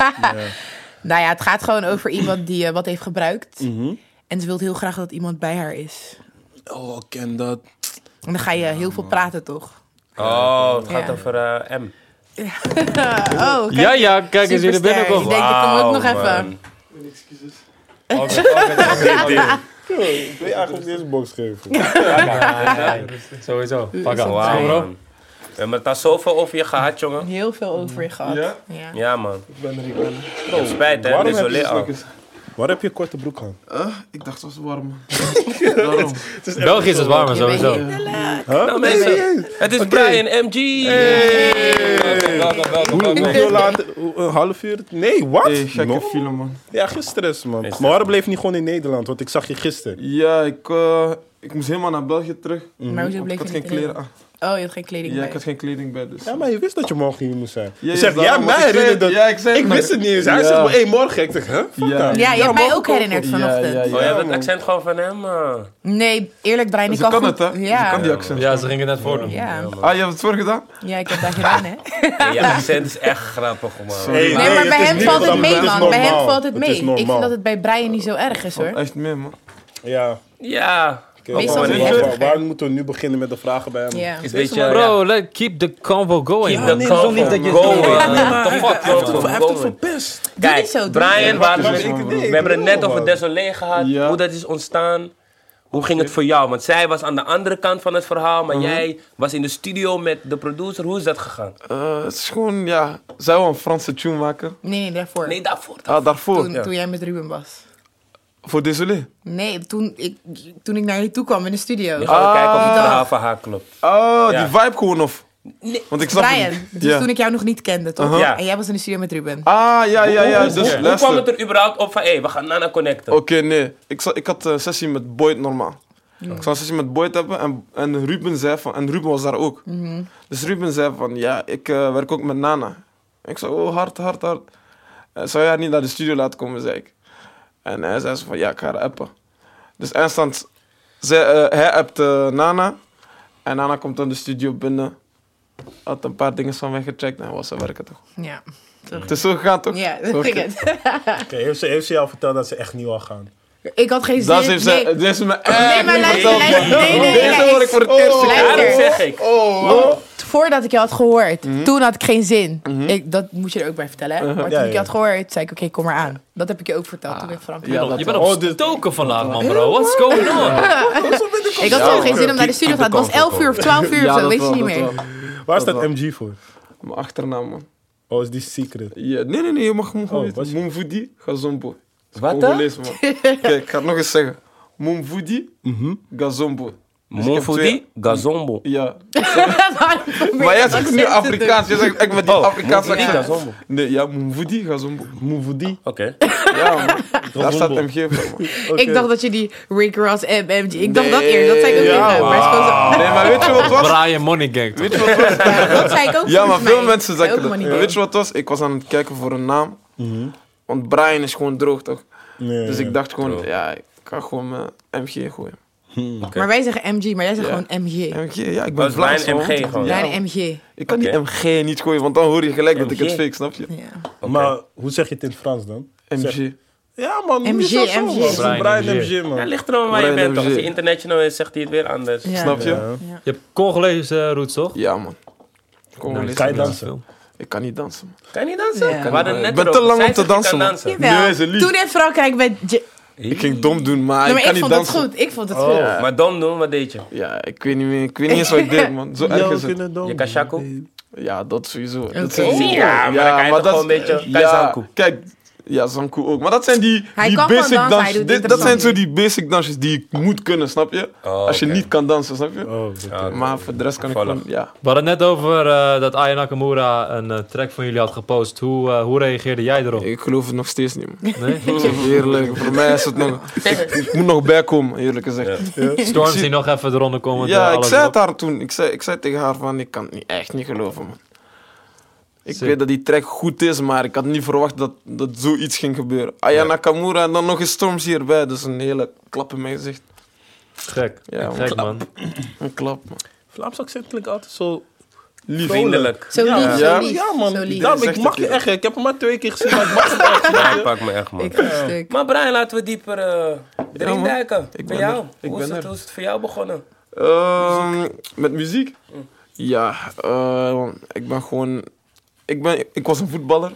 C: Nou ja, het gaat gewoon over iemand die eh, wat heeft gebruikt.
D: Mhm.
C: En ze wil heel graag dat iemand bij haar is.
B: Oh, ken dat.
C: En dan ga je heel veel praten, toch?
A: Oh, het gaat
C: Ja.
A: over eh, M.
C: oh, kijk, Oh,
D: Ja, ja, kijk eens wie er
C: superster.
D: binnenkomt.
C: Ik denk, ik kom ook nog
A: Wauw,
C: even.
A: man.
E: Mijn excuses.
D: Oké, oké, oké.
B: Ik wil je eigenlijk deze box geven.
D: Nee, nee, Sowieso. Fuck out.
A: Wauw,
D: Kom, bro.
A: man. We hebben het daar zoveel over je gehad, jongen.
C: Heel veel over je gehad.
E: Ja?
C: Ja.
A: Ja, man.
E: Ik ben er, ik ben er.
A: Je hebt spijt, hè?
B: waarom
A: Dit is wel
B: heb je
A: leer
B: zo'n
A: al.
E: Kijk eens.
B: Waar heb je korte broek aan?
E: Eh, ik dacht het was warm. Daarom.
D: België is het warmer
C: Je bent
D: sowieso.
C: heel
A: Nou, mensen, het is Brian MG. Welkom, welkom, welkom, welkom.
B: Hoeveel later? Hoe- Een half uur? Nee, wat?
E: Hey, gekke
B: Nog?
E: film, man.
B: Ja, gisteren is man.
A: Gisteren.
B: Maar waarom bleef je niet gewoon in Nederland? Want ik zag je gisteren.
E: Ja, ik, eh, ik moest helemaal naar België terug.
C: Maar hoezo bleef
E: want ik
C: je
E: had
C: niet
E: geen
C: in
E: kleren aan.
C: Oh, je had geen kleding
E: Ja,
C: bij.
E: ik had geen kleding bij, dus...
B: Ja, maar je wist dat je morgen hier moest zijn.
E: Ja,
B: je zegt,
E: daarom,
B: ja,
E: want
B: mij
E: ik zei
B: herinnerde
E: het-
B: dat.
E: Ja, ik zei het,
B: Ik
E: maar-
B: wist het niet eens. Hij
E: Ja.
B: zegt maar, hé, morgen. Ik zeg, hè? Fuck
E: Ja.
B: dat.
C: Ja, je hebt mij ook herinnerd
E: Ja,
C: vanochtend.
E: ja, ja.
A: Oh, jij hebt
B: man.
A: het accent gewoon van hem? eh.
C: Nee, eerlijk, Brian, ik
E: Ze kan
C: goed-
E: het, hè? Ze kan
C: Ja.
E: die accent.
D: Ja, ze gingen het net voordoen.
C: Ja.
E: Ah, je hebt het voor gedaan?
C: ja, ik heb dat gedaan, hè?
A: Ja, je accent is echt grappig, man.
B: Hey,
C: Nee, maar bij
B: is
C: hem
B: niet
C: valt het
B: grappig,
C: mee,
B: is
C: man. Bij hem
B: normaal.
C: valt het
B: is
C: mee. Ik
B: normaal.
C: vind dat het bij Brian niet zo erg is, hoor.
E: Echt meer, man.
B: Ja.
A: Ja.
B: Oké,
C: Meestal
B: maar
A: is het
B: waar-
C: heftiger.
B: Waar moeten we nu beginnen met de vragen bij hem?
C: Ja.
A: Is weet je,
D: Bro, let, keep the convo going. man.
A: de kant
F: niet dat je-
A: What the fuck, bro?
B: Hij heeft het verpest.
A: Kijk,
C: niet zo, doe niet
A: Brian,
C: zo.
A: waar we,
B: Maar
A: we
B: ik- nee, ik
A: hebben het
B: bedoel,
A: net over
B: man.
A: Desolé gehad,
E: Ja.
A: hoe dat is ontstaan. Hoe ging het voor jou? Want zij was aan de andere kant van het verhaal, maar jij was in de studio met de producer. Hoe is dat gegaan?
E: Eh, het is gewoon, ja... Zij wil een Franse tune maken.
C: Nee, nee, daarvoor.
A: Nee, daarvoor.
E: Ah, daarvoor.
C: toen, toen jij met Ruben was.
E: Voor Désolé.
C: Nee, toen ik, toen ik naar je toe kwam in de studio.
A: Nu gaan we
E: Ah.
A: kijken of het verhaal van haar klopt.
E: Oh,
A: Ja.
E: die vibe gewoon of...
A: Nee.
E: Want ik snap het
C: Brian,
E: niet.
C: dus
E: Ja. Uh-huh.
C: toen ik jou nog niet kende, toch?
A: Ja.
C: En jij was in de studio met Ruben.
E: Ah, ja, ja, ja. Dus
A: Hoe
E: luister.
A: kwam het er überhaupt op van, hé, we gaan Nana connecten?
E: Oké, nee. Ik, zat, ik had een sessie met Boyd normaal. Ik zou een sessie met Boyd hebben en, en Ruben zei van... En Ruben was daar ook.
C: Mhm.
E: Dus Ruben zei van, ja, ik eh, werk ook met Nana. Ik zei, oh, hard, hard, hard. Eh, zou jij haar niet naar de studio laten komen, zei ik. En hij zei zo van, ja, ik ga haar appen. Dus eindstand, zij, eh, hij appt eh, Nana. En Nana komt dan de studio binnen. Had een paar dingen van mij gecheckt en was ze werken toch.
C: Ja,
E: Het is zo gegaan toch?
C: ja
E: Zo
C: dat ging
E: ge-
C: het.
B: Oké, heeft, ze, heeft ze jou verteld dat ze echt niet wil gaan?
C: Ik had geen zin.
E: Dat heeft
C: nee.
E: ze, dit is eh, me
C: Nee,
E: echt
C: maar
E: niet
C: luister, luister.
E: verteld, man.
C: Nee, nee, nee, Oh.
E: Deze hoor ik voor het eerst.
A: Daarom
C: Luister,
A: zeg ik.
C: voordat ik je had gehoord,
E: Mhm.
C: toen had ik geen zin. ik, dat moet je er ook bij vertellen. hè?
E: Uh-huh.
C: Maar toen
B: Ja,
C: ik je
B: ja.
C: had gehoord, zei ik, oké, kom maar aan. Dat heb ik je ook verteld toen ik Frank
E: Ah. Ja,
D: Je
E: dat-
D: bent op stoken vandaag, man, bro. What's going on?
C: Ik had gewoon geen zin om naar de studio te gaan. Het was 11 uur of 12 uur of
E: Ja,
C: zo,
E: dat
C: weet
E: wel,
C: je niet
E: dat
C: meer.
E: wel.
B: Waar staat MG voor?
E: Mijn achternaam, man.
B: Oh, is die secret?
E: Ja, nee, nee, nee, je mag hem
B: Oh,
E: gewoon
B: wat is-
E: weten. Mumvudi Gazombo.
A: Wat dan?
E: Congolees, man. Kijk, ik ga het nog eens zeggen. Mumvudi
A: Mhm.
E: Gazombo. Dus ik heb twee-
A: Monfodi Gazombo.
E: Ja.
C: maar
E: Maar jij zegt nu Afrikaans. Jij zegt echt met die
A: Oh,
E: Afrikaanse
A: Mumvudi
E: accent.
A: Gazombo.
E: Nee, ja, Mumvudi Gazombo. Mumvudi.
A: Oké.
E: Ja, man. Daar staat MG voor, man.
C: Ik dacht dat je die Rick Ross MMG. Ik dacht dat eerst. Dat zei ik ook
E: Nee.
C: tegen hem. Maar hij is gewoon zo-
E: Nee, maar weet je wat het was?
D: Brian Money Gang. toch?
C: Dat zei ik ook
E: Ja, maar
C: volgens
E: veel
C: mij.
E: mensen
C: Zei
E: zeggen
C: ook
E: dat.
C: Money
E: Maar
C: Gang.
E: Weet je wat het was? Ik was aan het kijken voor een naam. Want Brian is gewoon droog, toch?
B: Nee.
E: Dus ik dacht gewoon,
A: Droog.
E: Mhm. ja, ik kan gewoon mijn MG gooien.
C: Maar wij zeggen MG, maar jij zegt
E: Ja.
C: gewoon MG.
E: MG, ja, ik
A: Dat
E: ben
A: is
E: Vlaams.
A: mijn
E: hoor.
A: MG gewoon.
E: Ja,
C: Mijn MG.
E: ik kan
A: Oké.
E: die MG niet gooien, want dan hoor je gelijk dat ik het
A: MG.
E: fake, snap je?
C: Ja.
B: Maar hoe zeg je het in het Frans dan? Zeg-
E: MG.
B: Ja, man.
C: MG,
B: niet zo zo,
C: MG.
B: man.
D: Brian
B: Brian
D: MG.
B: MG,
A: Ja,
B: man.
A: ligt erom waar je
E: Brian
A: bent. toch? Als
E: MG.
A: je international is, zegt hij het weer anders.
C: Ja.
E: Snap je? Ja,
B: Ja.
D: Je hebt Congolese roots, toch?
E: man. Kom maar
B: Nou,
E: eens.
B: Kan je
D: Ja,
B: dansen?
D: veel.
E: Ik kan niet dansen. man.
A: Kan je niet dansen?
C: Ja.
A: We hadden het
E: Ik
A: net
E: ben te
A: erover.
E: lang
A: Zij
E: om te
A: zegt, ik
E: dansen,
A: kan
E: man.
A: dansen.
C: Jawel.
E: Nee, ze lief.
C: Toen in Frankrijk met... Ja,
E: Ik ging dom doen, maar ik
C: maar
E: kan
C: ik
E: niet
C: vond het
E: dansen.
C: goed. Ik vond
A: Oh.
C: het goed.
A: Maar dom doen, wat deed je?
E: Ja, ik weet niet meer. Ik weet niet eens wat ik deed, man. Zo erg is het.
A: Je kashako?
E: Ja, dat sowieso. Dat
C: Oké.
E: sowieso.
A: Ja, maar dan kan je toch gewoon een beetje- kan je zanku.
E: Kijk, ja, zanku ook. Maar dat zijn die,
C: Hij
E: die
C: kan gewoon
E: basic
C: dansen, hij
E: dansjes.
C: doet
E: Dit-
C: dit
E: dat
C: op
E: zijn
C: zo'n
E: zo die basic dansjes die ik moet kunnen, snap je? Als je
A: Oh, oké.
E: niet kan dansen, snap je?
B: Oh, oké.
E: Maar voor de rest kan ik
A: Vallig.
E: gewoon, ja.
D: We hadden het net over eh, dat Aya Nakamura een eh, track van jullie had gepost. Hoe, eh, hoe reageerde jij erop?
E: Ik geloof het nog steeds niet, man.
D: Nee?
E: Eerlijk, voor mij is het nog... Ik, ik moet nog bijkomen, eerlijk gezegd.
D: Storms die nog even eronder komen. met,
E: Ja,
D: eh,
E: ik
D: alles
E: zei
D: erop.
E: het haar toen. Ik zei, ik zei tegen haar van, ik kan het niet, echt niet geloven, man. Ik
D: Sick.
E: weet dat die track goed is, maar ik had niet verwacht dat, dat zoiets ging gebeuren. Aya Nakamura en dan nog eens Storms hierbij. Dus een hele klap in mijn gezicht.
D: Gek.
E: Ja,
D: Gek, man.
E: Een klap, man.
B: Vlaams accent klinkt altijd zo...
A: Vriendelijk.
C: Zo
B: Ja,
C: lief, zo
E: ja.
C: lief.
B: Ja, man.
C: Zo lief.
B: Daarom,
E: Zegt
B: ik
E: het
B: mag je
E: weer.
B: echt. Ik heb hem maar twee keer gezien, maar ik mag het echt.
A: Hij pakt me echt, man.
C: Ik vind het stuk.
A: Maar Brian, laten we dieper eh
E: Ja,
A: erin
E: man.
A: duiken.
E: Ik
A: Bij
E: ben
A: jou.
E: er. Ik
A: hoe, is
E: ben
A: het,
E: er.
A: hoe is het voor jou begonnen?
E: Ehm, Met muziek? ehm, Ja, eh, ik ben gewoon... Ik, ben, ik was een voetballer.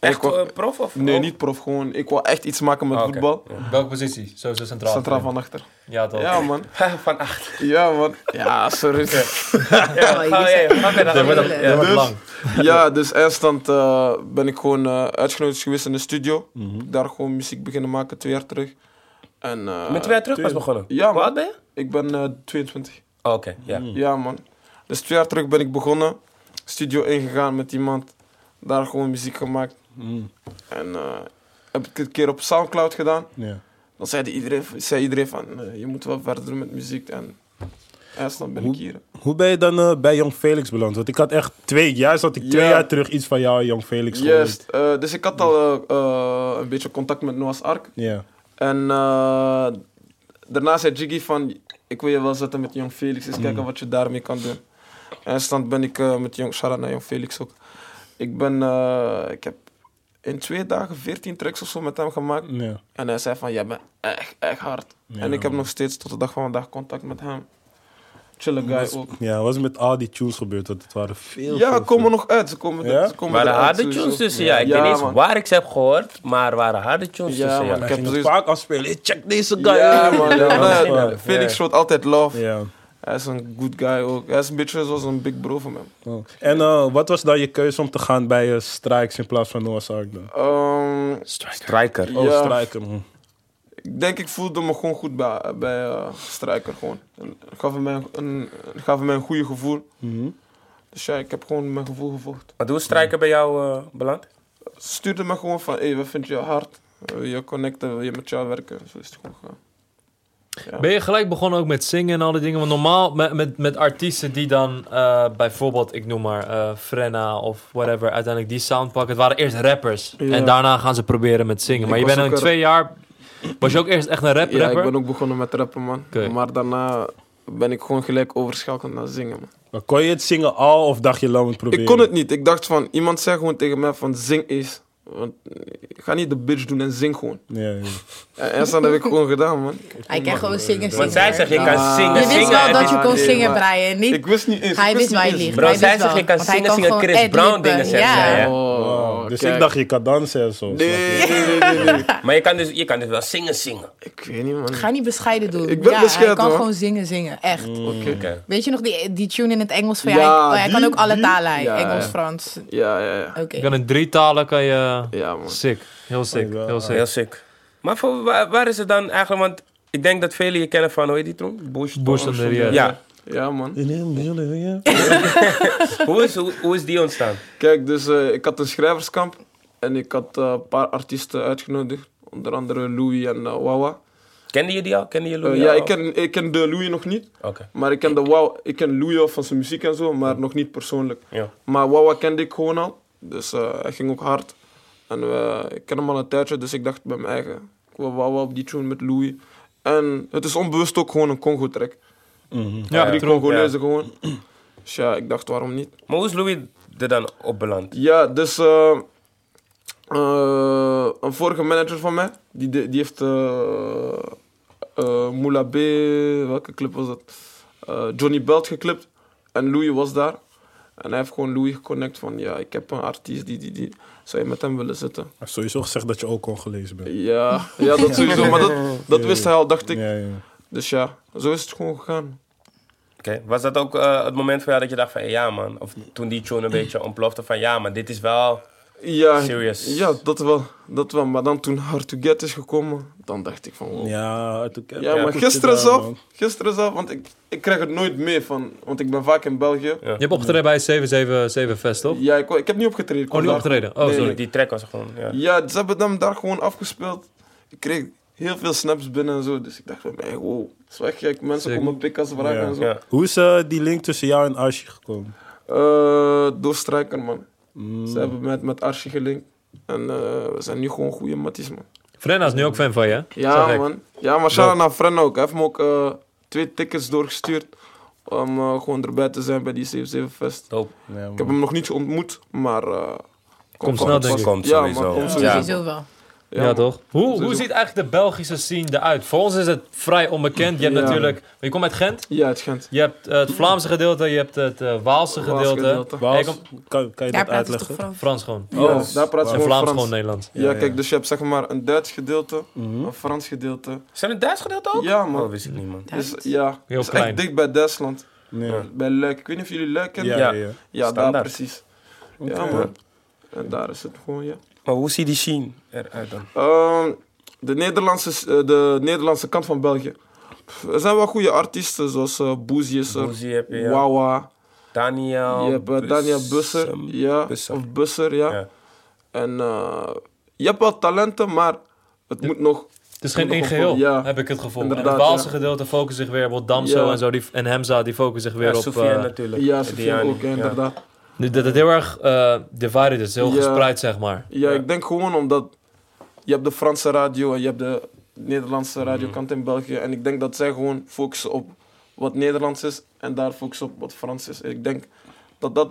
E: En
A: Echt
E: ik wou-
A: eh, prof of?
E: Nee,
A: oh.
E: niet prof. Gewoon, ik wil echt iets maken met
A: Ah, oké.
E: voetbal.
D: Welke positie? Sowieso centraal.
E: Centraal van achter.
D: Ja, toch.
E: Ja, man.
A: Van achter.
E: Ja, man. Ja, sorry.
A: Ja,
C: Oh, je
A: ga
C: wist
A: jij, ga verder, ga
D: Dat wordt,
A: verder.
D: dat wordt
E: Dus-
D: lang.
E: Ja, dus eindstand eh, ben ik gewoon eh, uitgenodigd geweest in de studio. Daar gewoon muziek beginnen maken, twee jaar terug. En, eh,
A: Met twee jaar terug pas begonnen?
E: Ja, man. Mm.
A: Hoe oud ben je?
E: Ik ben eh, 22.
A: Oh, Oké, ja.
E: Ja, man. Dus twee jaar terug ben ik begonnen. Studio ingegaan met iemand. Daar gewoon muziek gemaakt. En eh, heb ik het een keer op Soundcloud gedaan.
B: Ja.
E: Dan zei iedereen, zei iedereen van, eh, je moet wel verder doen met muziek. En eindstand ben ik hier.
B: Hoe ben je dan eh, bij Jong Felix beland? Want ik had echt twee, juist had ik twee
E: Ja.
B: jaar terug iets van jou, Jong Felix. gehoord.
E: Juist. eh, dus ik had al eh, eh, een beetje contact met Noah's Ark.
B: Ja.
E: En eh, daarna zei Jiggy van, ik wil je wel zetten met Jong Felix, eens
B: Mm.
E: kijken wat je daarmee kan doen. En stand ben ik eh, met Jong, shout naar Jong Felix ook. Ik ben, eh, ik heb in twee dagen 14 tracks of zo met hem gemaakt.
B: Ja.
E: En hij zei van, jij bent echt, echt hard.
B: Mm. Ja,
E: en ik heb
B: man.
E: nog steeds tot de dag van vandaag contact met hem. Chille
B: Was-
E: guy ook.
B: ja, wat is met al die tunes gebeurd? Want het waren veel.
E: Ja,
B: veel,
E: komen nog uit. Ze komen,
B: Ja?
E: ze komen
A: Maar waren
E: eruit
A: harde
E: sowieso.
A: tunes tussen, ja. Ik
E: Ja,
A: weet niet eens
E: man.
A: waar ik ze heb gehoord, maar waren harde tunes
E: Ja,
A: tussen, ja.
E: man.
B: veel.
E: Ik
B: Hij
E: heb
B: ging het
E: precies-
B: vaak afspelen. Hey, check deze guy.
E: Ja, man.
B: Ja,
E: ja,
B: dat is
E: man.
B: waar.
E: Felix
A: Ja.
E: showt altijd love.
B: Ja.
E: Hij is een good guy ook. Hij is een beetje zoals een big bro van mij.
B: Oh. En eh, wat was dan je keuze om te gaan bij eh, Strikes in plaats van Noah's Ark dan?
E: Ehm,
A: Striker.
B: Oh,
E: Ja.
B: Striker, man.
E: ik denk ik voelde me gewoon goed bij, bij eh, Strijker. Gewoon. En het gaf mij een, een, het gaf mij een goede gevoel.
B: Mhm.
E: Dus ja, ik heb gewoon mijn gevoel gevolgd.
A: Wat doet Striker bij jou eh, beland?
E: Ze stuurde me gewoon van, hé, we vinden je hard. We willen je connecten, we willen met jou werken. Zo is het gewoon gegaan.
D: Ben je gelijk begonnen ook met zingen en al die dingen? Want normaal met, met, met artiesten die dan eh, bijvoorbeeld, ik noem maar eh, Frenna of whatever, uiteindelijk die sound pakken. Het waren eerst rappers
E: Ja.
D: en daarna gaan ze proberen met zingen.
E: Ik
D: maar je
E: was
D: bent in
E: ook een-
D: twee jaar, was je ook eerst echt een rap,
E: Ja, ik
D: rapper?
E: ben ook begonnen met rappen, man.
D: Oké.
E: Maar daarna ben ik gewoon gelijk overschakeld naar zingen, man.
B: Maar kon je het zingen al of dacht je lang het proberen?
E: Ik kon het niet. Ik dacht van, iemand zei gewoon tegen mij van, zing eens. Want, eh, ga niet de bitch doen en zing gewoon.
B: Ja, ja.
E: En, en dat heb ik gewoon gedaan, man.
C: Hij kan gewoon zingen, zingen.
A: Want zij zegt, je
E: Ja.
A: kan zingen,
C: Je wist
A: zingen.
C: wel
A: en
E: het
C: dat
A: dit-
C: je
E: is-
C: kon
E: Nee,
C: zingen,
E: maar-
C: Brian.
E: Ik
C: Niet,
E: wist niet eens.
C: hij
E: ik
C: wist
E: niet
C: waar je
E: eens.
C: ligt.
A: Bro,
C: hij
A: zij
C: wist
A: zegt,
C: wel,
A: je kan
C: want hij
A: zingen,
C: kan
A: zingen,
C: gewoon
A: Chris
C: ad-libben.
A: Brown dingen zegt
C: Ja.
A: zij, hè?
E: Oh,
B: Wow. Dus
E: kijk.
B: ik dacht je kan dansen en zo.
E: Nee, nee, nee, nee.
A: Maar je kan, dus, je kan dus wel zingen, zingen.
E: Ik weet niet, man.
C: Ga niet bescheiden doen.
E: Ik ben
C: ja,
E: bescheiden,
C: Hij kan
E: hoor.
C: gewoon zingen, zingen. Echt.
A: Mm.
E: Oké.
A: Oké.
C: Weet je nog die, die tune in het Engels van jou?
E: Ja,
C: hij,
E: die-
C: kan ook alle
E: die-
C: talen. hij.
E: Ja,
C: Engels,
E: ja.
C: Frans.
E: Ja, ja, ja.
C: Oké.
D: Je kan in drie talen kan je...
E: Ja, man.
D: Sick, heel sick,
B: Oh, ja.
D: heel sick.
A: Heel sick. Maar voor, waar, waar is het dan eigenlijk? Want ik denk dat velen je kennen van, hoe heet die troon? Bush.
D: Bush en de Rier.
A: Ja.
E: Ja, man.
A: hoe, is, hoe, hoe is die ontstaan?
E: Kijk, dus eh, ik had een schrijverskamp. En ik had eh, een paar artiesten uitgenodigd. Onder andere Louis en eh, Wawa.
A: Kende je die al? Kende je
E: Eh,
A: Louis
E: ja,
A: al?
E: ik ken, ik ken de Louis nog niet.
A: Oké.
E: Maar ik ken, de Wawa, ik ken Louis al van zijn muziek en zo,
D: Mm.
E: maar nog niet persoonlijk.
A: Ja.
E: Maar Wawa kende ik gewoon al. Dus eh, hij ging ook hard. En we- ik ken hem al een tijdje, dus ik dacht bij mijn eigen. Ik wil Wawa op die tune met Louis. En het is onbewust ook gewoon een Congo-track.
D: Ja,
E: Drie
D: true.
E: Congolezen gewoon. Dus ja, ik dacht waarom niet.
A: Maar hoe is Louis er dan op beland?
E: Ja, dus eh, eh, een vorige manager van mij, die, die die heeft eh eh, Moula B, welke clip was dat? Eh, Johnny Belt geklipt en Louis was daar. En hij heeft gewoon Louis geconnect van, ja, ik heb een artiest die, die, die, zou je met hem willen zitten?
B: Sowieso gezegd dat je ook kon gelezen bent.
E: Ja, ja dat sowieso, maar dat, dat wist hij al, dacht ik.
B: Ja, ja.
E: Dus ja, zo is het gewoon gegaan.
A: Oké. Was dat ook eh, het moment voor jou dat je dacht van, hey, ja man. Of toen die tune een beetje ontplofte van, ja man, dit is wel...
E: Ja,
A: Serious.
E: ja dat, wel, dat wel. Maar dan toen Hard to Get is gekomen, dan dacht ik van, wow.
B: Ja, het ook-
E: Ja,
A: Ja,
E: maar
B: goed
E: gisteren
B: gedaan,
E: zelf,
B: man.
E: gisteren zelf, want ik, ik krijg het nooit mee van, want ik ben vaak in België.
A: Ja.
E: Ja,
D: Je hebt opgetreden bij 777 Fest, toch?
E: ik, wou- ik heb niet opgetreden. ik
D: Oh,
E: was
D: niet
E: daar-
D: opgetreden. Oh,
E: Nee,
D: sorry.
E: nee.
A: Die track was gewoon, ja.
E: Ja, ze hebben hem daar gewoon afgespeeld. Ik kreeg heel veel snaps binnen en zo, dus ik dacht van, hey, wow, dat is wel gek. Mensen
D: Sick.
E: komen pikken vragen
B: Ja.
E: en zo.
A: Ja.
B: Hoe is eh, die link tussen jou en Archie gekomen?
E: Eh, door Strijker, man.
D: Mm.
E: Ze hebben met, met Archie gelinkt. En eh, we zijn nu gewoon goede matties, man.
D: Frenna is nu ook fan van je, hè? Zag
E: Ja,
D: ik.
E: man. Ja, maar shout-out naar Fren ook. Hij heeft me ook eh, twee tickets doorgestuurd om eh, gewoon erbij te zijn bij die 77 Fest.
A: Dope.
E: Ik heb hem nog niet ontmoet, maar... eh,
D: snel, denk
A: Komt
E: Ja,
A: sowieso.
E: man, komt
A: Ja.
E: sowieso.
C: Sowieso wel.
D: Ja,
E: man.
D: toch? Hoe, hoe
E: Sowieso.
D: ziet eigenlijk de Belgische scene eruit? Voor ons is het vrij onbekend. Je hebt
E: Ja.
D: natuurlijk... Je komt uit Gent.
E: Ja, het Gent.
D: Je hebt eh, het Vlaamse gedeelte. Je hebt het eh, Waalse gedeelte.
B: Waals,
D: Hey,
B: kan, kan je
C: Daar
B: dat
C: praten ze toch
B: uitleggen?
C: Frans?
D: Frans gewoon.
E: Ja,
B: Oh,
E: daar praat ze
D: En
E: gewoon
D: Vlaams
E: Frans.
D: gewoon Nederlands.
E: Ja,
B: Ja, ja.
E: kijk, dus je hebt zeg maar een Duits gedeelte,
B: Mhm.
E: een Frans gedeelte.
A: Zijn het Duits gedeelte ook?
E: Ja,
A: Oh,
E: man.
A: wist ik niet, man.
E: Dus, ja,
D: Heel
E: is
D: klein.
E: echt dicht bij Duitsland.
B: Ja.
E: Bij Luik. Ik weet niet of jullie Luik kennen.
B: Ja, ja, ja.
E: Ja, daar
A: Standaard.
E: precies. Ja,
B: Oké.
E: man. En daar is het gewoon, ja.
A: Maar hoe ziet die scene eruit dan?
E: Ehm, de, Nederlandse, eh, de Nederlandse kant van België. Pff, Er zijn wel goede artiesten, zoals eh Boezie is er,
A: Boezie heb je, ja.
E: Wawa,
A: Daniel.
E: je hebt eh, Dania Busser,
A: Bussum.
E: ja,
A: Busser.
E: of Busser, ja.
A: Ja.
E: En eh, je hebt wel talenten, maar het moet nog...
D: Het is geen één
E: Nog een
D: geheel,
E: vol- ja.
D: heb ik het gevoel. En het
E: Inderdaad,
D: Waalse
E: ja.
D: gedeelte focust zich weer op Damso
E: Ja.
D: en zo. Die, en Hemza, die focussen zich weer
A: Ja,
D: op...
A: Sofiane
D: eh,
A: natuurlijk.
E: Ja,
A: En
E: Sofia
A: Diani,
E: ook,
A: ja.
E: inderdaad.
D: dat het heel erg eh divided is. Heel
E: Ja.
D: gespreid, zeg maar.
E: Ja, ik denk gewoon omdat je hebt de Franse radio en je hebt de
A: Mhm.
E: Nederlandse radiokant in België. En ik denk dat zij gewoon focussen op wat Nederlands is en daar focussen op wat Frans is. Ik denk dat dat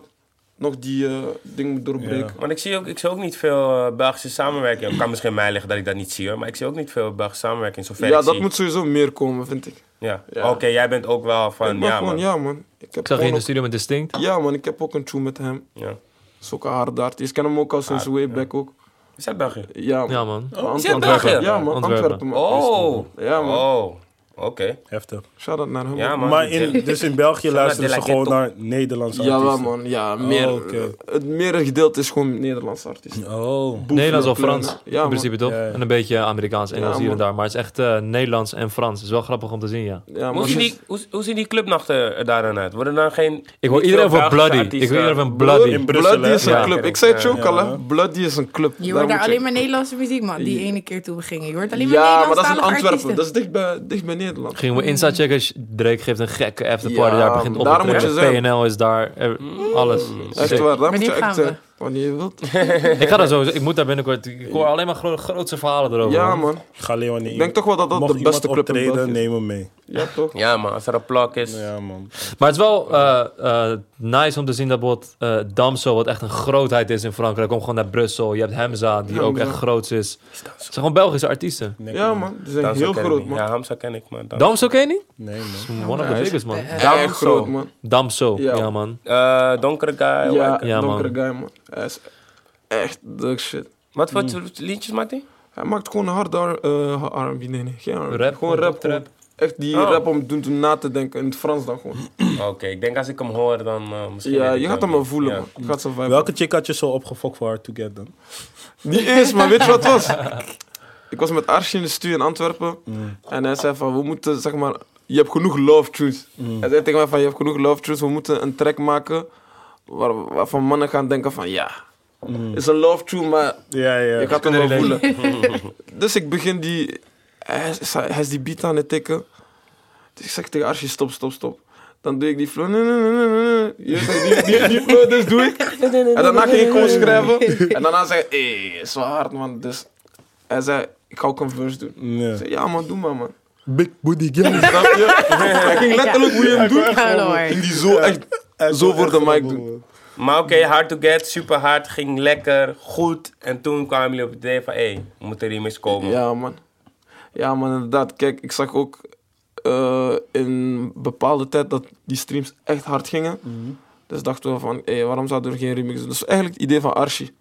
E: nog die eh, ding moet doorbreken.
A: Want ik zie ook, ik zie ook niet veel eh, Belgische samenwerking. Het kan misschien mij liggen dat ik dat niet zie hoor, maar ik zie ook niet veel Belgische samenwerking. Zover
E: Ja,
A: ik
E: dat
A: zie.
E: moet sowieso meer komen, vind ik.
A: Ja.
E: Ja.
A: Oké, jij bent ook wel van.
E: ik ben
A: ja,
E: gewoon,
A: man.
E: ja man. Ik, heb
D: Ik zag je in
E: gewoon
D: de studio met Distinct.
E: ook- ja man, ik heb ook een tune met hem.
A: Ja.
E: Dat is ook een harde artiest. Ik ken hem ook al sinds
A: Ah,
E: way back ook.
A: Is dat België?
E: Ja man.
D: Ja, man.
E: Antwerpen.
A: Is hij België?
E: Ja man,
D: Antwerpen.
E: Antwerpen. man.
A: Oh!
E: Ja man.
A: Oh, oké.
B: Heftig.
E: Shout-out naar hem.
A: Ja,
E: man.
A: man.
B: Maar in, dus in België luisteren
A: de
B: ze
A: la
B: gewoon
A: ghetto.
B: naar Nederlandse
E: Jawel
B: artiesten?
E: man, ja, meer, eh,
B: oké.
E: het meerdere gedeelte is gewoon Nederlandse artiesten.
B: Oh.
D: Nederlands of
E: Kleine.
D: Frans,
E: Ja,
D: in
E: man.
D: principe toch?
B: Ja, ja.
D: En een beetje Amerikaans, Engels
E: Ja,
D: hier en
E: man.
D: daar. Maar het is echt eh, Nederlands en Frans. Het is wel grappig om te zien, ja.
E: Ja,
A: Hoe
E: maar
A: zien,
E: het
A: die, hoe, hoe zien die clubnachten er daar dan uit? Worden dan geen...
D: Ik hoor iedereen van Bloody. Ik hoor iedereen van Bloody.
B: In
E: is-
B: Brussel,
E: Bloody
B: hè?
E: is een
D: Ja.
E: club. Ik zei het je ook
B: Ja.
E: al, hè. Bloody is een club.
C: Je hoort daar
E: moet
C: alleen maar Nederlandse muziek, man. Die ene keer toen we gingen. Je hoort alleen maar
E: Ja, maar dat is in
C: Nederlandstalige
E: Antwerpen.
C: artiesten.
E: Dat is dicht bij, dicht bij Nederland.
D: Gingen we Insta checken. sh- Drake geeft een gekke afterparty.
E: Mm. Ja,
D: daar begint op
E: daarom
D: te
E: moet je
D: treden. PNL is daar. er- Alles.
E: Echt
D: Sick.
E: waar, daar moet je
C: Wanneer
E: echt
C: gaan
E: zijn.
C: we?
E: Wanneer je wilt.
D: Ik ga daar sowieso. Ik moet daar binnenkort. Ik hoor alleen maar gro- grootste verhalen erover.
E: Ja,
D: man.
E: man.
B: Ik ga Leon niet.
E: Ik denk toch wel dat dat
B: Mocht
E: de beste
B: iemand
E: club in
B: optreden,
E: België is.
B: neem hem mee.
E: Ja, toch?
A: Ja, man. Als er een plak is...
B: Ja, man.
D: Maar het is wel eh, eh, nice om te zien dat bijvoorbeeld eh, Damso, wat echt een grootheid is in Frankrijk, komt gewoon naar Brussel. Je hebt Hemza, die ook echt
E: Hamza.
D: groot is. Het zijn gewoon Belgische artiesten.
B: Ik denk
E: Ja,
B: het
E: man. Ze zijn
A: Hamza
E: heel
A: ken ik
E: groot,
A: niet.
E: man.
A: Ja, Hamza ken ik, maar... Dan...
D: Damso ken je niet?
B: niet. Nee, man.
D: One of the
E: hij is
D: biggest, man.
E: Echt groot, man.
D: Damso, ja,
E: Ja.
D: man.
A: Eh, donkere guy.
E: Ja,
A: welke-
D: Ja, man.
E: donkere guy, man. Hij is echt druk shit.
A: Wat voor
E: Mm.
A: soort liedjes maakt hij?
E: Hij maakt gewoon hard R- eh, R&B, nee, nee. Geen R&B.
D: Rap,
E: gewoon rap.
D: rap.
E: gewoon. Echt die
A: Oh.
E: rap om, doen- om na te denken, in het Frans dan gewoon.
A: Oké, ik denk als ik hem hoor, dan eh, misschien...
E: Ja,
A: weet ik
E: je gaat
A: wel.
E: hem wel voelen,
A: Ja.
E: man. Je gaat zo vibe.
B: Welke chick had je zo opgefokt voor Hard to Get dan?
E: Niet eens, maar weet je wat het was? Ik was met Arsje in de studio in Antwerpen. En hij zei van, we moeten, zeg maar... Je hebt genoeg love truths. Hij zei tegen mij van, je hebt genoeg love truths. We moeten een track maken waar, waarvan mannen gaan denken van, ja... is een love truth, maar
B: Ja, ja.
E: je gaat hem wel
D: kunnen
E: voelen. dus ik begin die... Hij is, hij is die beat aan het tikken. Dus ik zeg tegen Arsje, stop, stop, stop. Dan doe ik die flow. Nee, nee, nee, nee, nee. Je weet toch, die, die, die flow, dus doe ik. En daarna ging ik gewoon schrijven. En daarna zei ik, hé, is wel hard, man. Dus hij zei, ik ga ook een verse doen. Ik
B: Ja.
E: zei, ja, man, doe maar, man.
B: Big booty gang.
E: Snap je? Hij ging letterlijk hoe je hem doet.
C: Gewoon hoor.
E: Ging die zo echt... Zo voor de mic doen.
A: Maar oké, hard to get, super hard, ging lekker, goed. En toen kwamen jullie op het idee van, hé, hey, moet er remix komen.
E: Ja, man. Ja, man, inderdaad. Kijk, ik zag ook eh, in bepaalde tijd dat die streams echt hard gingen.
A: Mhm.
E: Dus dachten we van, hé, waarom zouden we geen remix doen? Dat is eigenlijk het idee van Archie.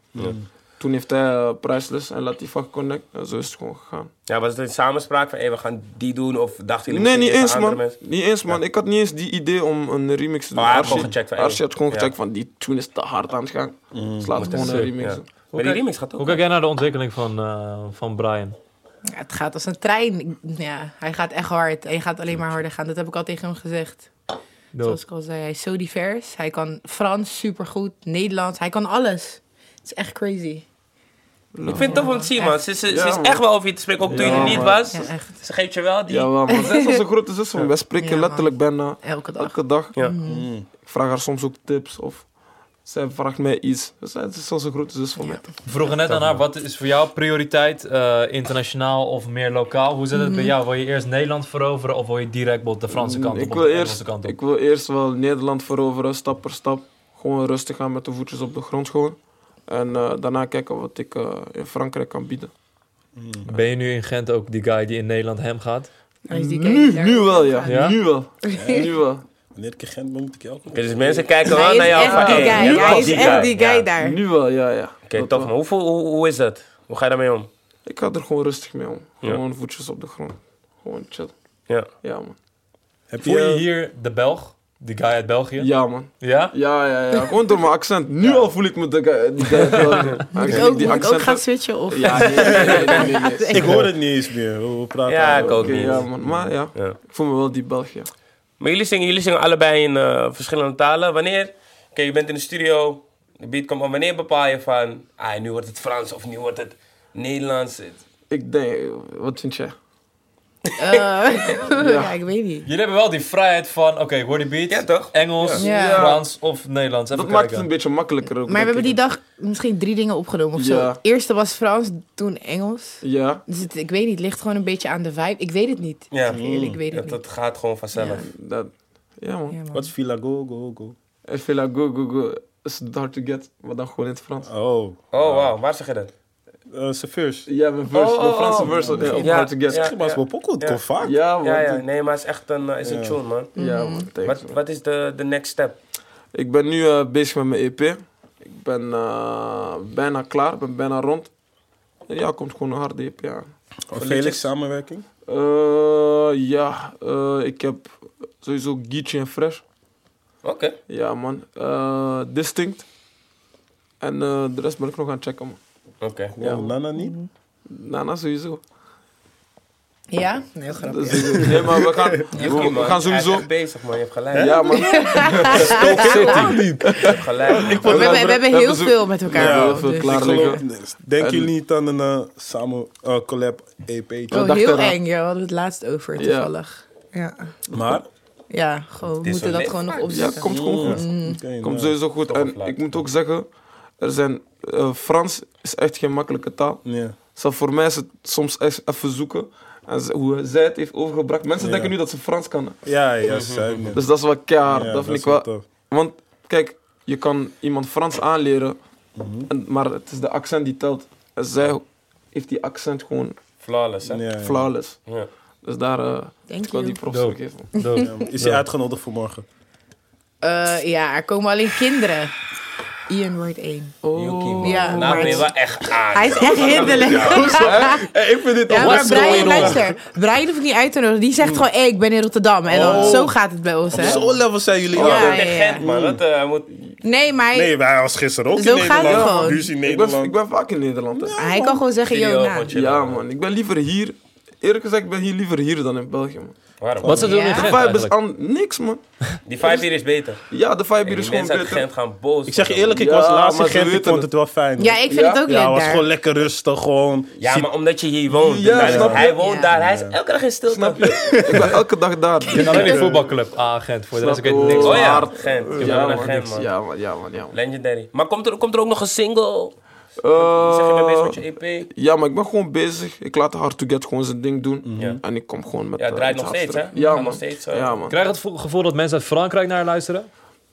E: Toen heeft hij eh, Priceless en Latifa geconnect. En zo is het gewoon gegaan.
A: Ja, was het een samenspraak van, hé, we gaan die doen? Of dachten jullie
E: Nee, niet
A: misschien even
E: eens,
A: andere
E: man.
A: mensen?
E: Niet eens, man. Ik had niet eens die idee om een remix te doen.
A: hij had
E: Archie-
A: gewoon gecheckt van,
E: Archie had gewoon
A: ja. Mhm.
E: gecheckt van, die tune is te hard aan het gaan. Dus laat gewoon een remix
A: Ja.
E: doen.
A: Maar die remix gaat ook.
D: Hoe kijk jij naar de ontwikkeling van, eh, van Brian?
C: Ja, het gaat als een trein. Ik- Ja, hij gaat echt hard. En je gaat alleen maar harder gaan. Dat heb ik al tegen hem gezegd. Zoals ik al zei, hij is zo divers. Hij kan Frans supergoed, Nederlands. Hij kan alles. Het is echt crazy.
A: Ik vind het tof om te zien, man. Ze, ze,
E: Ja,
A: ze is
E: man.
A: echt wel over je te spreken, ook toen je er
E: Ja,
A: niet
E: man.
A: was.
C: Ja, echt.
A: Ze geeft je wel die...
E: Jawel, man. Zij is onze grote zus, man. Wij spreken
C: Ja, man.
E: letterlijk bijna
C: Elke dag.
E: elke dag.
A: Ja.
E: Ik vraag haar soms ook tips of zij vraagt mij iets. Dus zij is onze grote zus van mij.
D: We vroegen net aan haar, wat is voor jou prioriteit? eh, internationaal of meer lokaal? Hoe zit het bij jou? Wil je eerst Nederland veroveren of wil je direct bijvoorbeeld de Franse kant op?
E: Mm, ik
D: of
E: wil,
D: de Engelse
E: eerst,
D: kant op?
E: ik wil eerst wel Nederland veroveren, stap per stap. Gewoon rustig gaan met de voetjes op de grond gewoon. En eh, daarna kijken wat ik eh, in Frankrijk kan bieden.
D: Ben je nu in Gent ook die guy die in Nederland hem gaat?
C: Hij is die
E: Nu,
C: kijk,
E: nu wel, ja.
D: Ja?
E: Nu wel. Nu wel.
B: Wanneer ik in Gent ben, moet ik elke keer.
A: Dus mensen kijken wel
C: Hij
A: naar
C: is
A: jou
C: echt
A: van,
C: die
A: hey,
C: guy.
A: nu
C: Hij
A: komt
C: is echt die
A: Ja.
C: guy daar.
E: Nu wel, ja, ja.
A: Oké,
E: Dat
A: tof
E: wel.
A: man. Hoeveel- hoe, hoe is dat? Hoe ga je daarmee om?
E: Ik had er gewoon rustig mee om.
A: Ja.
E: Gewoon voetjes op de grond. Gewoon chill.
A: Ja.
E: Ja, man.
B: Heb
D: Voel je
B: je,
D: hier de Belg? Die guy uit België?
E: Ja, man.
D: Ja?
E: Ja, ja, ja. Gewoon door mijn accent. Nu al voel ik me de guy. Die guy
C: Moet ik ook, moet ik ook gaan switchen? Of?
E: Ja, nee, nee, nee, nee, nee, nee.
B: ik hoor het niet eens meer. We we praten
A: Ja,
B: al-
A: ik ook.
E: Oké,
A: niet.
E: ja, man. Maar ja,
A: Ja.
E: ik voel me wel die Belg, ja.
A: Maar jullie zingen, jullie zingen allebei in eh, verschillende talen. Wanneer? Oké, je bent in de studio, de beat komt aan. Wanneer bepaal je van, ah, nu wordt het Frans of nu wordt het Nederlands? Het-
E: Ik denk, wat vind jij?
C: Eh, ja, ik weet niet.
D: Jullie hebben wel die vrijheid van, oké, ik hoor die beat.
A: Ja, toch?
D: Engels,
C: Ja. Ja.
D: Frans of Nederlands. Even
E: Dat maakt het
D: kijken.
E: een beetje makkelijker
C: Maar
E: ook.
C: we
E: denk
C: hebben die
E: ik.
C: dag misschien drie dingen opgenomen of zo.
E: Ja.
C: Het eerste was Frans, toen Engels.
E: Ja,
C: Dus het, ik weet niet, het ligt gewoon een beetje aan de vibe. Ik weet het niet.
A: Ja.
C: Ik zeg eerlijk, ik weet het
A: Dat,
C: niet.
A: dat gaat gewoon vanzelf.
E: dat... Ja, man.
C: Ja, man.
B: Wat is Villa Go, go, go?
E: Ik vind dat go, go, go. Is het hard to get? Maar dan gewoon in het Frans.
B: Oh,
A: Oh, wauw, waar zeg je dat?
B: eh, chauffeurs.
E: Ja, mijn verse.
A: Oh, oh,
E: mijn Franse
A: oh.
E: verse. Ja, op
A: Ja,
E: hard to get.
A: ja.
E: Ja,
B: Zeg maar, is wel poko, het
A: Ja.
B: komt vaak.
E: man.
A: Ja, ja, nee, maar het is echt een, eh, is een tune, man.
C: Mm.
E: Ja, man.
A: Wat,
E: Thanks, man.
A: wat is de, de next step?
E: Ik ben nu eh, bezig met mijn EP. Ik ben eh, bijna klaar, ik ben bijna rond. En ja, komt gewoon een harde EP aan.
B: Of Felix samenwerking.
E: Eh, ja, eh, ik heb sowieso Geechee en Fresh.
A: Oké.
E: Ja, man. Eh, Distinct. En eh, de rest ben ik nog aan het checken, man.
A: Oké.
B: Wow, Nana niet?
E: Nana sowieso.
C: Ja? Heel grappig.
E: sowieso. Nee, maar we gaan, we, we
A: man.
E: gaan
A: Hij is
E: sowieso...
A: echt bezig, man. Je hebt gelijk.
E: Ja, man. Stoke City.
A: Je hebt gelijk. man.
C: We hebben, we hebben
E: We
C: heel
E: hebben zo-
C: veel met elkaar.
E: Ja,
C: wel,
E: we hebben
C: dus-
E: klaar.
B: Ik geloof- Denken
E: En-
B: jullie niet aan een eh, samen eh, collab EP?
C: Oh,
E: dacht
C: heel
E: eraan.
C: eng. Ja, we hadden het laatst over,
E: Ja.
C: toevallig. Ja,
B: Maar?
C: ja gewoon, we
A: is
C: moeten
A: een
C: dat
A: leuk
C: gewoon nog
E: Ja,
C: opzetten.
E: komt gewoon goed.
B: Oké,
E: Komt
B: nou.
E: sowieso goed.
A: Toch een
E: En
A: fluit.
E: ik moet ook zeggen, er zijn, eh, Frans is echt geen makkelijke taal.
B: Ja.
E: Zo, voor mij is het soms echt even zoeken. En ze- hoe zij het heeft overgebracht. Mensen
B: Ja.
E: denken nu dat ze Frans kan.
B: Ja, ja, zuimen.
E: Dus dat is wel keihard.
B: Ja,
E: dat vind
B: is
E: ik wel.
B: tof.
E: Want kijk, je kan iemand Frans aanleren,
B: Mhm.
E: en- maar het is de accent die telt. En zij heeft die accent gewoon
A: Flawless, hè?
B: Ja, ja.
E: flawless.
A: Ja.
E: Dus daar eh
C: Thank
E: ik wel
C: you.
E: die props
D: Dope.
E: voor geven.
D: Dope.
B: Ja, Is hij uitgenodigd voor morgen?
C: Eh, ja, er komen alleen kinderen. Ian wordt één.
A: Yuki,
E: Oh,
A: man.
C: Ja,
A: nou
C: maar-
A: ben je wel echt aan.
C: Hij is echt hinderlijk.
E: ik vind dit
C: Ja, maar
D: What's going
C: Brian,
D: on?
C: luister. Brian hoef ik niet uit te nodigen. Die zegt gewoon, hey, ik ben in Rotterdam. En dan,
B: Mm. Oh.
C: zo gaat het bij ons, hè?
B: Zo'n level zijn jullie
A: Oh,
B: al.
A: dat
C: ja,
A: is
C: ja.
A: Gent, man. Dat eh, moet...
C: Nee, maar hij,
B: Nee, wij was gisteren ook
C: Zo
B: in
C: gaat het
B: Nederland.
C: gewoon.
B: Ruzie in
E: ik ben, ik
B: Nederland.
E: ben vaak in Nederland. hè.
C: hij kan gewoon zeggen,
A: Video,
C: yo, nou." na.
A: want je-
E: Ja, man. Ik ben liever hier. Eerlijk gezegd, ik ben hier liever hier dan in België, man.
A: Waarom?
D: Wat ze doen
C: Ja.
D: in
E: De
D: Gent
E: vibe is
D: eigenlijk?
E: aan niks, man.
A: Die vibe hier is beter.
E: Ja, de vibe
A: Die
E: hier is gewoon
A: mensen uit
E: beter.
A: Gent gaan boos.
B: Ik zeg je
A: worden,
B: eerlijk, ik
E: Ja,
B: was laatst in
E: maar ze
B: Gent. Ik
E: weten
B: vond
E: het.
B: het wel fijn.
C: Ja, ik vind
E: Ja?
C: het ook
B: Ja, het
C: leuk
B: was
C: daar.
B: gewoon lekker rustig. Gewoon.
A: man. Ja,
B: Zit-
A: maar omdat je hier woont. dus
E: Ja,
A: Hij-
E: snap je?
A: Hij woont
C: Ja.
A: daar. Hij is elke dag in stilte.
E: Snap je? ik ben elke dag daar.
D: En alleen die voetbalclub aan Gent. Voor de rest ik weet niks.
A: Oh
D: van.
A: ja,
E: Hard.
A: Gent. Je
E: Eh, Ja,
A: bent naar
E: man.
A: Gent, man.
E: Ja, man. Ja, man. Ja, man.
A: Legendary. Maar komt er, komt er ook nog een single?
E: Eh,
A: zeg je ben bezig met je E EP?
E: Ja, maar ik ben gewoon bezig. Ik laat Hard to Get gewoon zijn ding doen.
A: Ja.
E: En ik kom gewoon met.
A: Mhm. Ja, het
E: eh,
A: draait
E: iets
A: nog steeds, hè?
E: harder.
A: Het
E: Ja,
A: gaat
E: man.
A: nog steeds, eh,
E: ja, man.
D: Krijg je het vo- gevoel dat mensen uit Frankrijk naar je luisteren?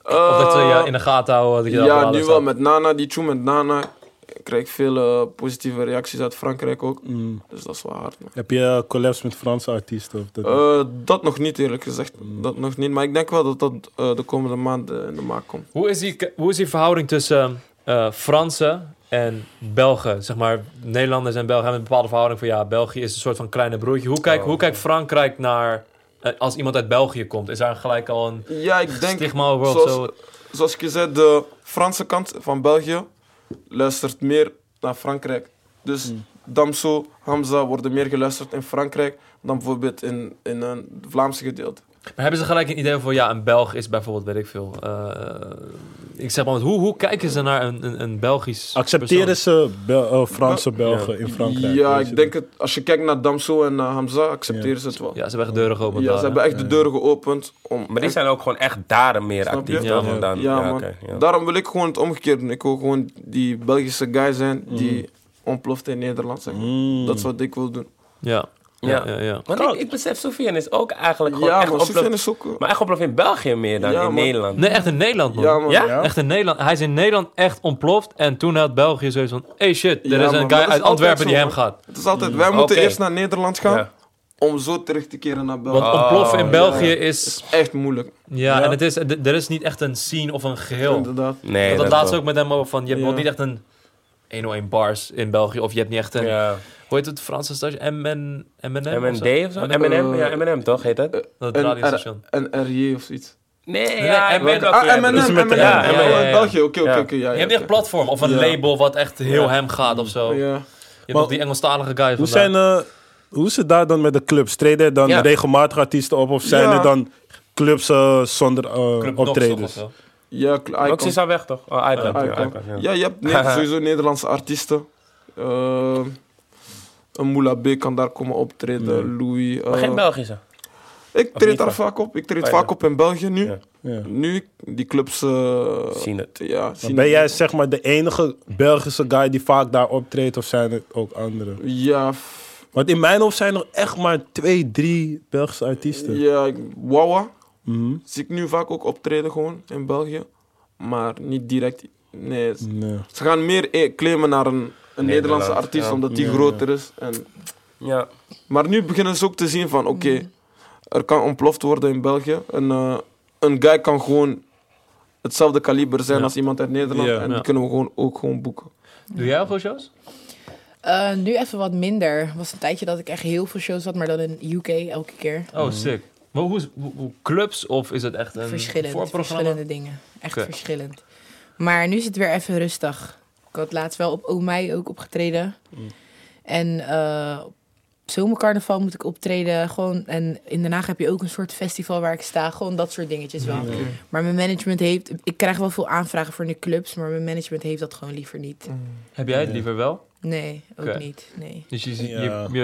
D: Of
E: Eh,
D: dat ze je in de gaten houden? Dat je dat
E: ja,
D: verhaal
E: nu
D: hebt
E: wel
D: staan?
E: met Nana, die tune met Nana. Ik krijg veel eh, positieve reacties uit Frankrijk ook. Dus dat is wel hard, man.
B: Heb je eh, collabs met Franse artiesten? Of dat?
E: Eh, dat nog niet, eerlijk gezegd. Dat nog niet. Maar ik denk wel dat dat eh, de komende maanden in de maak komt.
D: Hoe is die, hoe is die verhouding tussen eh Fransen en Belgen? Zeg maar, Nederlanders en Belgen hebben een bepaalde verhouding van ja, België is een soort van kleine broertje. Hoe kijkt hoe kijkt Frankrijk naar eh, als iemand uit België komt? Is daar gelijk al een
E: Ja, ik denk.
D: stigma over? of
E: zoals-
D: zo?
E: Zoals ik je zei, de Franse kant van België luistert meer naar Frankrijk. Dus
A: Hmm.
E: Damso, Hamza worden meer geluisterd in Frankrijk dan bijvoorbeeld in, in een Vlaamse gedeelte.
D: Maar hebben ze gelijk een idee van ja, een Belg is bijvoorbeeld, weet ik veel. eh, ik zeg maar, want hoe, hoe kijken ze naar een, een, een Belgisch.
B: Accepteren
D: persoon?
B: ze Bel- eh, Franse Belgen in Frankrijk?
E: Ja,
B: weet je
E: ik denk het. Als je kijkt naar Damso en naar Hamza, accepteren ze het wel. Ja,
D: Ja, ze hebben echt deuren geopend. daar,
E: ze
D: hè?
E: hebben echt de deuren geopend om.
A: Maar die
E: echt-
A: zijn ook gewoon echt daar meer
E: je?
A: actief
E: Ja,
A: dan.
B: man.
A: dan-
E: Ja,
A: ja,
E: man.
A: oké, ja.
E: Daarom wil ik gewoon het omgekeerde doen. Ik wil gewoon die
A: Mhm.
E: Belgische guy zijn die ontploft in Nederland. Zeg maar.
B: Mm.
E: Dat is wat ik wil doen.
D: Ja.
A: Ja.
D: ja, ja.
A: Want ik, ik besef, Sofian is ook eigenlijk gewoon
E: Ja,
A: echt
E: man,
A: op-
E: Sufjan is ook... eh,
A: Maar echt oplof in België meer dan
E: Ja,
A: in
E: man.
A: Nederland.
D: Nee, echt in Nederland, man.
E: Ja, man.
A: Ja?
B: Ja?
D: Echt in Nederland. Hij is in Nederland echt ontploft. En toen had België zoiets van... Hey shit, er
E: Ja,
D: is
E: man,
D: een
E: dat
D: guy
E: is
D: uit Antwerpen
E: altijd
D: die
E: zo,
D: hem
E: man.
D: gaat.
E: Het is altijd, wij moeten
A: Oké.
E: eerst naar Nederland gaan
A: Ja.
E: om zo terug te keren naar België.
D: Want ontploffen in België is...
E: Dat is echt moeilijk.
D: Ja,
B: Ja.
D: en het is, d- er is niet echt een scene of een geheel. Dat,
E: Inderdaad.
A: Nee,
D: dat
A: wel.
D: laatst ook met hem over van... Je hebt
E: Ja.
D: wel niet echt een 101 bars in België. Of je hebt niet echt een...
A: Ja.
D: Hoe heet het Franse station? MN, MNM? of zo?
A: M&D of zo? M&M, ja, M&M toch heet
E: Eh,
A: dat?
D: Dat
E: Een
D: radiostation.
E: R- Een RJ of zoiets.
A: Nee,
D: ja,
A: ja,
D: ik weet
A: M&M.
D: wel
E: Ah, M&M,
B: dat is met
E: M&M.
B: de-
A: Ja,
E: Oh,
A: ja,
D: ja, ja.
E: in België, oké, oké,
A: Ja.
E: oké. ja,
D: Je
E: ja,
D: hebt niet echt
E: oké.
D: platform of een
E: Ja.
D: label wat echt heel hem gaat of zo. Je
E: Ja.
D: hebt nog die Engelstalige guys
B: Hoe,
D: vandaag.
B: zijn, eh, hoe is het daar dan met de clubs? Treden er dan
A: Ja.
B: regelmatig artiesten op? Of zijn
E: Ja.
B: er dan clubs eh, zonder eh,
D: Club Nox of
B: optredens?
D: zo.
E: Ja, kl- Icon.
A: Ook ze is al weg toch? Oh, iPad.
E: Icon.
A: ja, iPad, ja.
E: Ja, je hebt ne- sowieso Nederlandse artiesten. Eh, een Moula B kan daar komen optreden, Louis. eh,
A: Maar geen Belgische.
E: ik
A: Of niet
E: treed daar
A: vaak?
E: vaak op. Ik treed
A: Ah, ja.
E: vaak op in België nu.
A: Ja.
B: Ja.
E: Nu ik die clubs... eh,
A: Zien het.
E: Ja,
B: Maar
E: zien
B: Ben
E: het.
B: jij zeg maar de enige Belgische guy die vaak daar optreedt? Of zijn er ook anderen?
E: Ja, f-
B: Want in mijn hoofd zijn er echt maar twee, drie Belgische artiesten.
E: ja, ik- Wawa
B: Mhm.
E: zie ik nu vaak ook optreden gewoon in België. Maar niet direct. Nee, ze-
B: Nee.
E: ze gaan meer e- claimen naar een, een Nederlandse
A: Nederland,
E: artiest
A: ja.
E: omdat die
B: Ja,
E: groter is. En,
A: Ja.
E: maar nu beginnen ze ook te zien van oké,
B: Mm.
E: er kan ontploft worden in België. En, eh, een guy kan gewoon hetzelfde kaliber zijn
D: Ja.
E: als iemand uit Nederland.
B: Ja.
E: en die
D: Ja.
E: kunnen we gewoon, ook gewoon boeken.
D: Doe jij al veel shows?
C: Eh, nu even wat minder. Het was een tijdje dat ik echt heel veel shows had, maar dan in UK elke keer.
E: Ehm,
D: Oh, sick. Maar hoe, is- hoe, hoe- clubs of is het echt een
C: Verschillend,
D: voorprogramma?
C: verschillende dingen. Echt
D: Oké.
C: verschillend. Maar nu is het weer even rustig. Ik had laatst wel op Omei ook opgetreden.
D: Mm.
C: En eh, op zomercarnaval moet ik optreden. Gewoon, en in Den Haag heb je ook een soort festival waar ik sta. Gewoon dat soort dingetjes wel.
D: Mm.
C: Maar mijn management heeft... Ik krijg wel veel aanvragen voor de clubs, maar mijn management heeft dat gewoon liever niet.
B: Mm.
D: Heb jij het liever wel?
C: Nee, ook
D: Oké.
C: niet. Nee.
D: Dus je, ziet-
B: Ja.
D: je,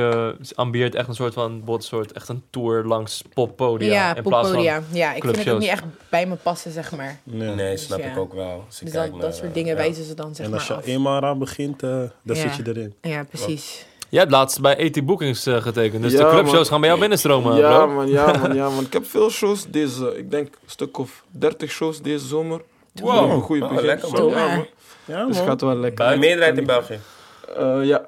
D: je ambieert echt een soort van bot, soort echt een tour langs poppodia.
C: ja,
D: in plaats van,
C: poppodia. Ja, ik vind het ook
D: clubshows.
C: niet echt bij me passen, zeg maar.
B: Nee.
A: Nee, snap
C: Dus ja.
A: ik ook wel. Als ik
C: Dus
A: kijk
C: dat,
A: naar,
C: dat soort
A: eh,
C: dingen
A: ja.
C: wijzen ze dan zeg
B: En als
C: maar
B: je
C: af.
B: eenmaal eraan begint, eh, dan
C: Ja.
B: zit je erin.
C: Ja, precies.
D: Jij hebt laatst bij AT Bookings eh, getekend, dus
E: Ja,
D: de clubshows
E: man.
D: gaan bij jou binnenstromen,
E: ja,
D: bro.
E: man, ja, man, ja, man. Ik heb veel shows deze, ik denk een stuk of 30 shows deze zomer.
A: Wow.
E: Een goede
A: Oh,
E: begin.
A: lekker, man.
E: Ja,
C: Doe maar.
E: man.
B: Ja,
E: Dus
B: man.
E: het gaat wel lekker.
A: De meerderheid in België.
E: Eh, ja.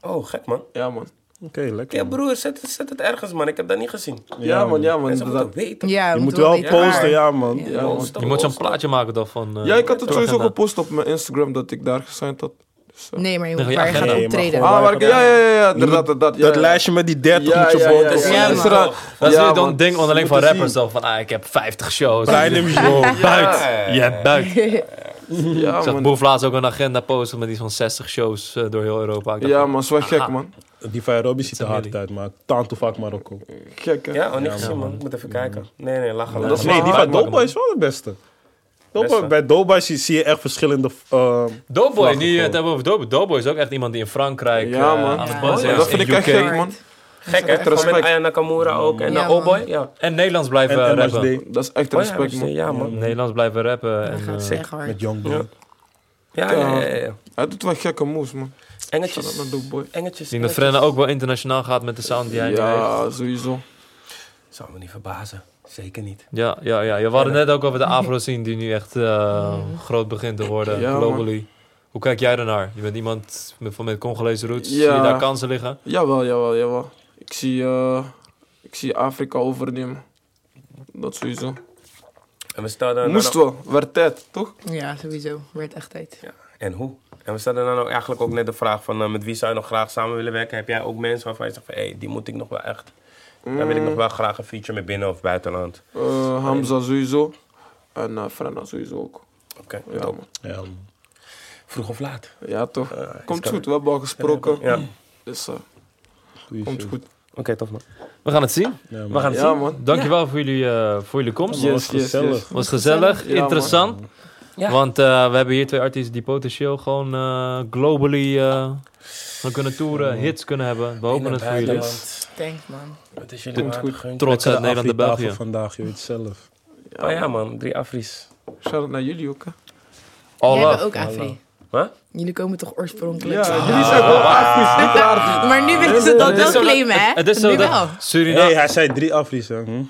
A: Oh, gek man.
E: ja, man.
B: Oké,
A: Oké,
B: lekker. man.
A: broer, zet, zet het ergens man. Ik heb dat niet gezien.
E: Ja, man, ja, man.
A: Mensen moeten
E: inderdaad.
A: weten.
C: Ja,
B: Je
C: we
B: moet
C: moeten
B: wel
C: weten waar.
B: posten, ja, man.
E: Ja, man.
A: Posten,
D: Je moet zo'n
A: posten.
D: plaatje maken dan van... eh,
E: Ja, ik had het
D: de
E: sowieso
D: agenda.
E: gepost op mijn Instagram dat ik daar gesigned had. Dus, eh.
C: Nee, maar je moet
D: Dan ga je
C: waar je gaat
D: agenda-
B: Nee, maar
C: optreden.
B: gewoon-
E: Ah, waar ik, ja, ja, ja, ja, inderdaad,
B: moet-
E: inderdaad. ja,
B: Mm. dat
E: ja.
B: lijstje met die 30
E: Ja,
B: moet je
E: ja,
B: volgen.
E: ja, ja,
A: Dus
E: ja,
A: ja,
E: is
A: man.
E: eraan.
D: Dat is
E: Ja,
D: weer
E: man.
D: zo'n ding
E: Goed
D: onderling
E: te
D: van
E: zien.
D: rappers dan van, ah, ik heb 50 shows.
B: Kleine muziek.
D: Buit. Je hebt buit.
E: Ja,
D: Ik zag
E: man.
D: Boef laatst ook een agenda posten met iets van 60 shows eh, door heel Europa. Ik dacht
E: Ja,
D: van,
E: man, is wel gek,
D: Aha.
E: man.
B: Die van Robbie ziet er
D: een
B: hard
D: jullie.
B: uit, maar Tanto vaak Marokko.
E: Gek, hè?
A: Ja, oh, niet gezien man. Ik moet even kijken. Nee, nee, lachen.
E: Dat is
A: lachen.
B: Nee, die
E: hard
B: van
E: maken,
B: Doughboy is wel de beste. Doughboy- Bij Doughboy zie, zie je echt verschillende... eh,
D: Doughboy,
B: Vlaggen
D: nu je het
B: gewoon.
D: hebben over Doughboy. Doughboy is ook echt iemand die in Frankrijk
E: Ja,
D: eh,
E: man.
D: aan
C: Ja.
D: het buzz
E: Ja,
D: is.
E: dat vind ik
D: in
E: echt
D: UK.
E: gek, man.
A: Gek hè?
E: Echt
A: Gewoon met
E: respect.
A: Aya Nakamura ook. En
C: Ja,
A: de Oboy.
C: man.
A: Ja.
D: En Nederlands blijven eh,
B: en
D: rappen.
B: MSD
E: Dat is echt
A: Oh, ja,
E: respect,
A: dus,
E: man.
A: eh, ja, man.
D: Nederlands blijven rappen.
C: Dan
D: En,
C: gaat
D: eh,
C: het echt hard.
B: met Young Ja.
A: Ja, ja, ja, ja, ja.
E: Hij doet wel gekke moves, man. Shout out
A: Engeltjes.
E: naar Dope Boy.
A: Engeltjes.
D: ik denk
A: engeltjes.
D: dat Frenna ook wel internationaal gaat met de sound die hij nu heeft.
E: Ja, sowieso.
A: Zou me niet verbazen. Zeker niet.
D: Ja, ja, ja. Je had het net ook over de afro-scene die nu echt eh, groot begint te worden.
E: Ja, man.
D: globally. Hoe kijk jij daarnaar? Je bent iemand met, van met Congolese roots.
E: Ja.
D: Zie je daar kansen liggen?
E: Jawel, jawel, jawel. Ik zie, eh, ik zie Afrika overnemen. Dat sowieso.
A: En we staan daar
E: Moest
A: dan ook-
E: wel, werd tijd, toch?
C: Ja, sowieso. Werd echt tijd.
A: En hoe? En we stelden dan ook eigenlijk ook net de vraag van eh, met wie zou je nog graag samen willen werken? Heb jij ook mensen waarvan je zegt van hé, die moet ik nog wel echt. Daar wil ik nog wel graag een feature mee binnen of buitenland.
E: Eh, Hamza sowieso. En eh, Frenna sowieso ook.
A: Oké,
E: Ja,
A: dope.
E: man.
B: Ja, man.
A: vroeg of laat. Eh,
E: ja toch? Komt
A: kan-
E: goed, we hebben al gesproken.
A: Ja.
E: Dus eh,
B: Goeie
E: komt
B: shit.
E: goed.
A: Oké, tof man.
D: We gaan het zien.
B: Ja, man.
A: We gaan het
E: Ja,
A: zien.
E: man.
D: Dankjewel voor, jullie, eh, voor jullie komst.
B: Ja, man,
E: Yes,
B: was
E: yes, yes.
B: gezellig.
D: was gezellig,
E: Ja, man.
D: interessant.
A: Ja.
D: Want eh, we hebben hier twee artiesten die potentieel gewoon eh, globally eh, gaan kunnen toeren, hits kunnen hebben. We hopen het voor jullie.
C: Thanks, man.
A: Het is jullie
E: Komt
A: maar
E: goed.
A: gegund.
D: Trots uit
B: Lekkere
D: Nederland en
B: Afri-tafel
D: België.
B: vandaag, je weet zelf.
A: Oh ja man, drie Afris.
E: Shout-out naar jullie ook, hè.
D: All
C: Jij bent
D: love.
C: ook Afri.
A: Wat?
C: Jullie komen toch oorspronkelijk?
E: Ja,
A: Ah.
E: jullie zijn wel Afrikaans, niet raar.
C: Maar nu willen ze dat
D: Het is
C: wel
D: zo dat-
C: claimen, hè?
D: Het is zo
C: nu
D: dat
C: wel.
D: Suriname...
B: Hey, hij zei drie Afrisen. Hm?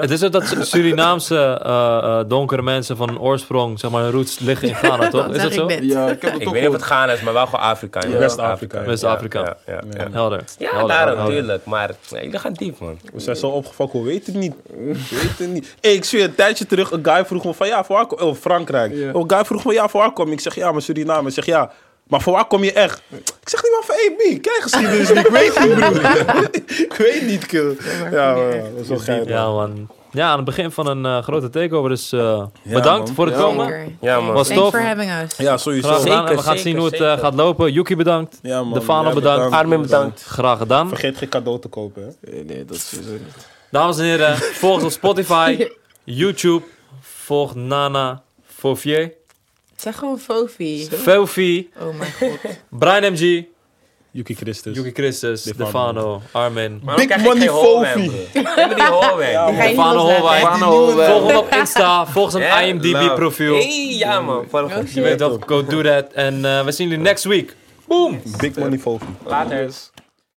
D: Het is zo dat Su- Surinaamse eh, eh, donkere mensen van oorsprong, zeg maar, hun roots liggen in Ghana, toch? Is
C: zeg
D: dat
C: ik
D: zo?
C: ben.
E: Ja, ik heb het
A: Ik
E: ook
A: weet niet of het
E: gehoord.
A: Ghana is, maar wel gewoon Afrika. ja.
B: West-Afrika.
D: West-Afrika.
A: Ja, ja, ja, ja.
D: Helder.
A: Ja,
D: Helder,
A: daarom,
D: helder.
A: natuurlijk. Maar nee, jullie gaan diep, man.
B: We zijn zo opgefokt, we weten het niet. We weten het niet. Hey, ik zweer, een tijdje terug, een guy vroeg me van ja, voor waar kom je? Oh, Frankrijk.
E: Ja.
B: Oh, een guy vroeg me ja, voor waar kom je? Ik zeg ja, maar Suriname. Hij zegt ja, maar voor waar kom je echt? Ik zeg niet maar van hey, B, kijk geschiedenis niet. Ik weet niet, broer. ik weet niet, kill. Ja,
C: kom je
B: man, dat is wel geil, man.
D: Ja, man. Ja, aan het begin van een eh, grote takeover, dus eh,
B: man.
D: bedankt voor het
E: Ja,
D: komen.
C: Zeker.
A: Ja, man.
D: Was
C: Thanks
D: tof.
C: for having us.
B: Ja,
D: Graag
B: sowieso.
D: gedaan.
A: Zeker,
D: we gaan
A: zeker,
D: zien hoe het eh,
A: zeker.
D: gaat lopen. Yuki bedankt.
B: Ja, man.
D: De Fano
B: Ja,
D: bedankt.
A: Armin, bedankt.
D: Graag gedaan.
B: Vergeet geen cadeau te kopen, hè.
E: Nee, nee, dat is sowieso niet.
D: Dames en heren, volg ons op Spotify, YouTube. Volg Nana, Fauvier,
C: Zeg gewoon Fofi.
D: Felfi,
C: Oh mijn god.
D: Brian MG,
B: Yuki Christus.
D: Yuki Christus,
B: De Fano.
D: Defano, Armin.
B: Big money Fofi.
A: Ik die Holweg.
C: Ga je niet
D: Fano
C: loslaten.
D: Holwijk.
E: Fano,
D: Volg ons op Insta, volg ons
A: Ja,
D: op IMDb
E: love.
D: profiel.
A: Hey, ja, man. Volg
C: Oh,
A: ons.
D: Je weet wel, go do that. En eh, we zien jullie next week.
B: Big money Fofi.
A: Later.
E: yes.